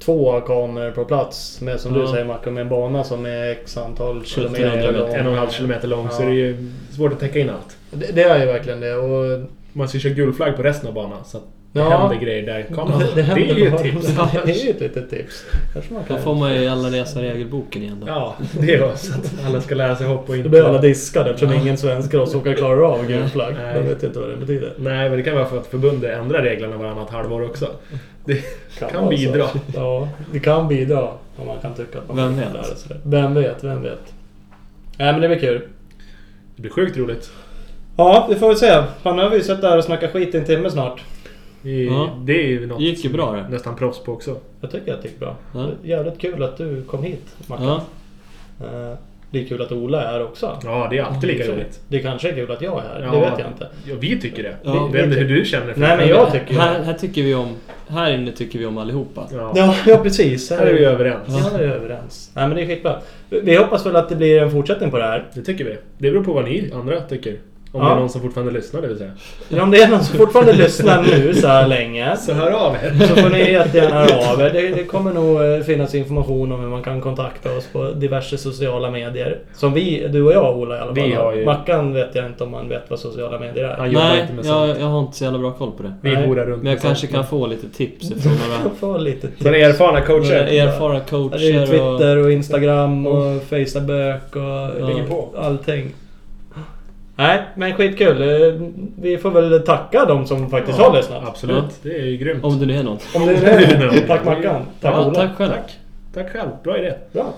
[SPEAKER 2] två kameror på plats. Med som du
[SPEAKER 4] Ja.
[SPEAKER 2] säger Marco, med en bana som är x antal kilometer
[SPEAKER 4] kilometer,
[SPEAKER 2] lång.
[SPEAKER 3] En och en halv kilometer lång så
[SPEAKER 2] Ja.
[SPEAKER 3] det är ju svårt att täcka in allt.
[SPEAKER 2] Det, det är ju verkligen det. Och
[SPEAKER 3] Man ska köra gul flagg på resten av banan så att det
[SPEAKER 2] Ja.
[SPEAKER 3] händer grejer där kameran...
[SPEAKER 2] Det,
[SPEAKER 3] Det, är ju ett
[SPEAKER 2] händer
[SPEAKER 3] tips
[SPEAKER 2] bara. Det är
[SPEAKER 3] annars.
[SPEAKER 2] ju ett litet tips. Kanske man
[SPEAKER 4] Då
[SPEAKER 2] kan.
[SPEAKER 4] får man ju alla läsa regelboken igen då.
[SPEAKER 3] Ja, det är så att alla ska lära sig hopp och
[SPEAKER 2] Då blir alla
[SPEAKER 3] inte...
[SPEAKER 2] diskade eftersom ingen svensk crossåkare klarar av gul flagg.
[SPEAKER 3] Nej.
[SPEAKER 2] De vet ju inte vad det betyder.
[SPEAKER 3] Nej, men det kan vara för att förbundet ändrar reglerna varannat halvår också. Det kan,
[SPEAKER 2] vara så.
[SPEAKER 3] bidra.
[SPEAKER 2] Ja, det kan bidra. Om man kan tycka att man
[SPEAKER 4] Vem
[SPEAKER 2] kan
[SPEAKER 4] vet?
[SPEAKER 2] lära sig det. Vem vet, vem vet. Nej men det blir kul.
[SPEAKER 3] Det blir sjukt roligt.
[SPEAKER 2] Ja, vi får väl se. Fan, nu har vi ju suttit här och snackat skit i en timme snart.
[SPEAKER 3] Det,
[SPEAKER 4] Ja.
[SPEAKER 3] det är ju något
[SPEAKER 4] Det gick ju bra det.
[SPEAKER 3] nästan proffs på också.
[SPEAKER 2] Jag tycker att det gick bra.
[SPEAKER 4] Ja.
[SPEAKER 2] Jävligt kul att du kom hit, Martin.
[SPEAKER 4] Ja,
[SPEAKER 2] Eh, Det är kul att Ola är här också.
[SPEAKER 3] Ja, det är alltid lika roligt.
[SPEAKER 2] Det kanske är kul att jag är här, det
[SPEAKER 3] Ja.
[SPEAKER 2] vet jag inte.
[SPEAKER 3] Ja, vi tycker det.
[SPEAKER 4] Ja,
[SPEAKER 3] Ja,
[SPEAKER 4] vi
[SPEAKER 3] det är
[SPEAKER 2] tycker-
[SPEAKER 3] hur du känner för
[SPEAKER 2] Nej,
[SPEAKER 3] det.
[SPEAKER 2] men jag tycker ju-
[SPEAKER 4] här, här tycker vi om... Här inne tycker vi om allihopa.
[SPEAKER 3] Ja.
[SPEAKER 2] Ja, ja precis.
[SPEAKER 3] Här är vi överens.
[SPEAKER 2] Ja, här är vi överens. Nej, men det är skitbra. Vi- Vi hoppas väl att det blir en fortsättning på det här.
[SPEAKER 3] Det tycker vi. Det beror på vad ni andra tycker. Om
[SPEAKER 2] Ja.
[SPEAKER 3] det är någon som fortfarande lyssnar det vill säga.
[SPEAKER 2] Men Om det är någon som fortfarande lyssnar nu så här länge
[SPEAKER 3] Så hör av
[SPEAKER 2] så
[SPEAKER 3] er!
[SPEAKER 2] får ni jättegärna höra av er. Det, det kommer nog eh, finnas information om hur man kan kontakta oss på diverse sociala medier. Som vi, du och jag Ola i alla fall
[SPEAKER 3] Vi har ju-
[SPEAKER 2] Mackan vet jag inte om man vet vad sociala medier är.
[SPEAKER 3] Han jobbar
[SPEAKER 4] Nej,
[SPEAKER 3] inte med sånt.
[SPEAKER 4] jag, jag har inte så jävla bra koll på det.
[SPEAKER 3] Vi
[SPEAKER 2] Nej.
[SPEAKER 3] horar runt
[SPEAKER 4] Men jag
[SPEAKER 3] med
[SPEAKER 4] kanske
[SPEAKER 3] sånt.
[SPEAKER 4] kan få lite tips ifrån några,
[SPEAKER 2] Få lite
[SPEAKER 3] Från erfarna
[SPEAKER 4] några
[SPEAKER 3] coacher.
[SPEAKER 4] erfarna
[SPEAKER 2] Ja, Det är ju
[SPEAKER 4] coacher och...
[SPEAKER 2] Twitter och Instagram och Facebook och
[SPEAKER 4] Ligger
[SPEAKER 3] på.
[SPEAKER 2] allting. Nej, men skitkul. Eh, Vi får väl tacka de som faktiskt har lyssnat.
[SPEAKER 3] Absolut,
[SPEAKER 4] Ja.
[SPEAKER 3] det är ju grymt.
[SPEAKER 4] Om det nu är något.
[SPEAKER 2] Om det är det.
[SPEAKER 3] Ja.
[SPEAKER 2] Tack Mackan. Tack
[SPEAKER 4] Ja,
[SPEAKER 2] Ola.
[SPEAKER 4] tack själv.
[SPEAKER 3] Tack. Tack själv, bra idé.
[SPEAKER 2] Bra.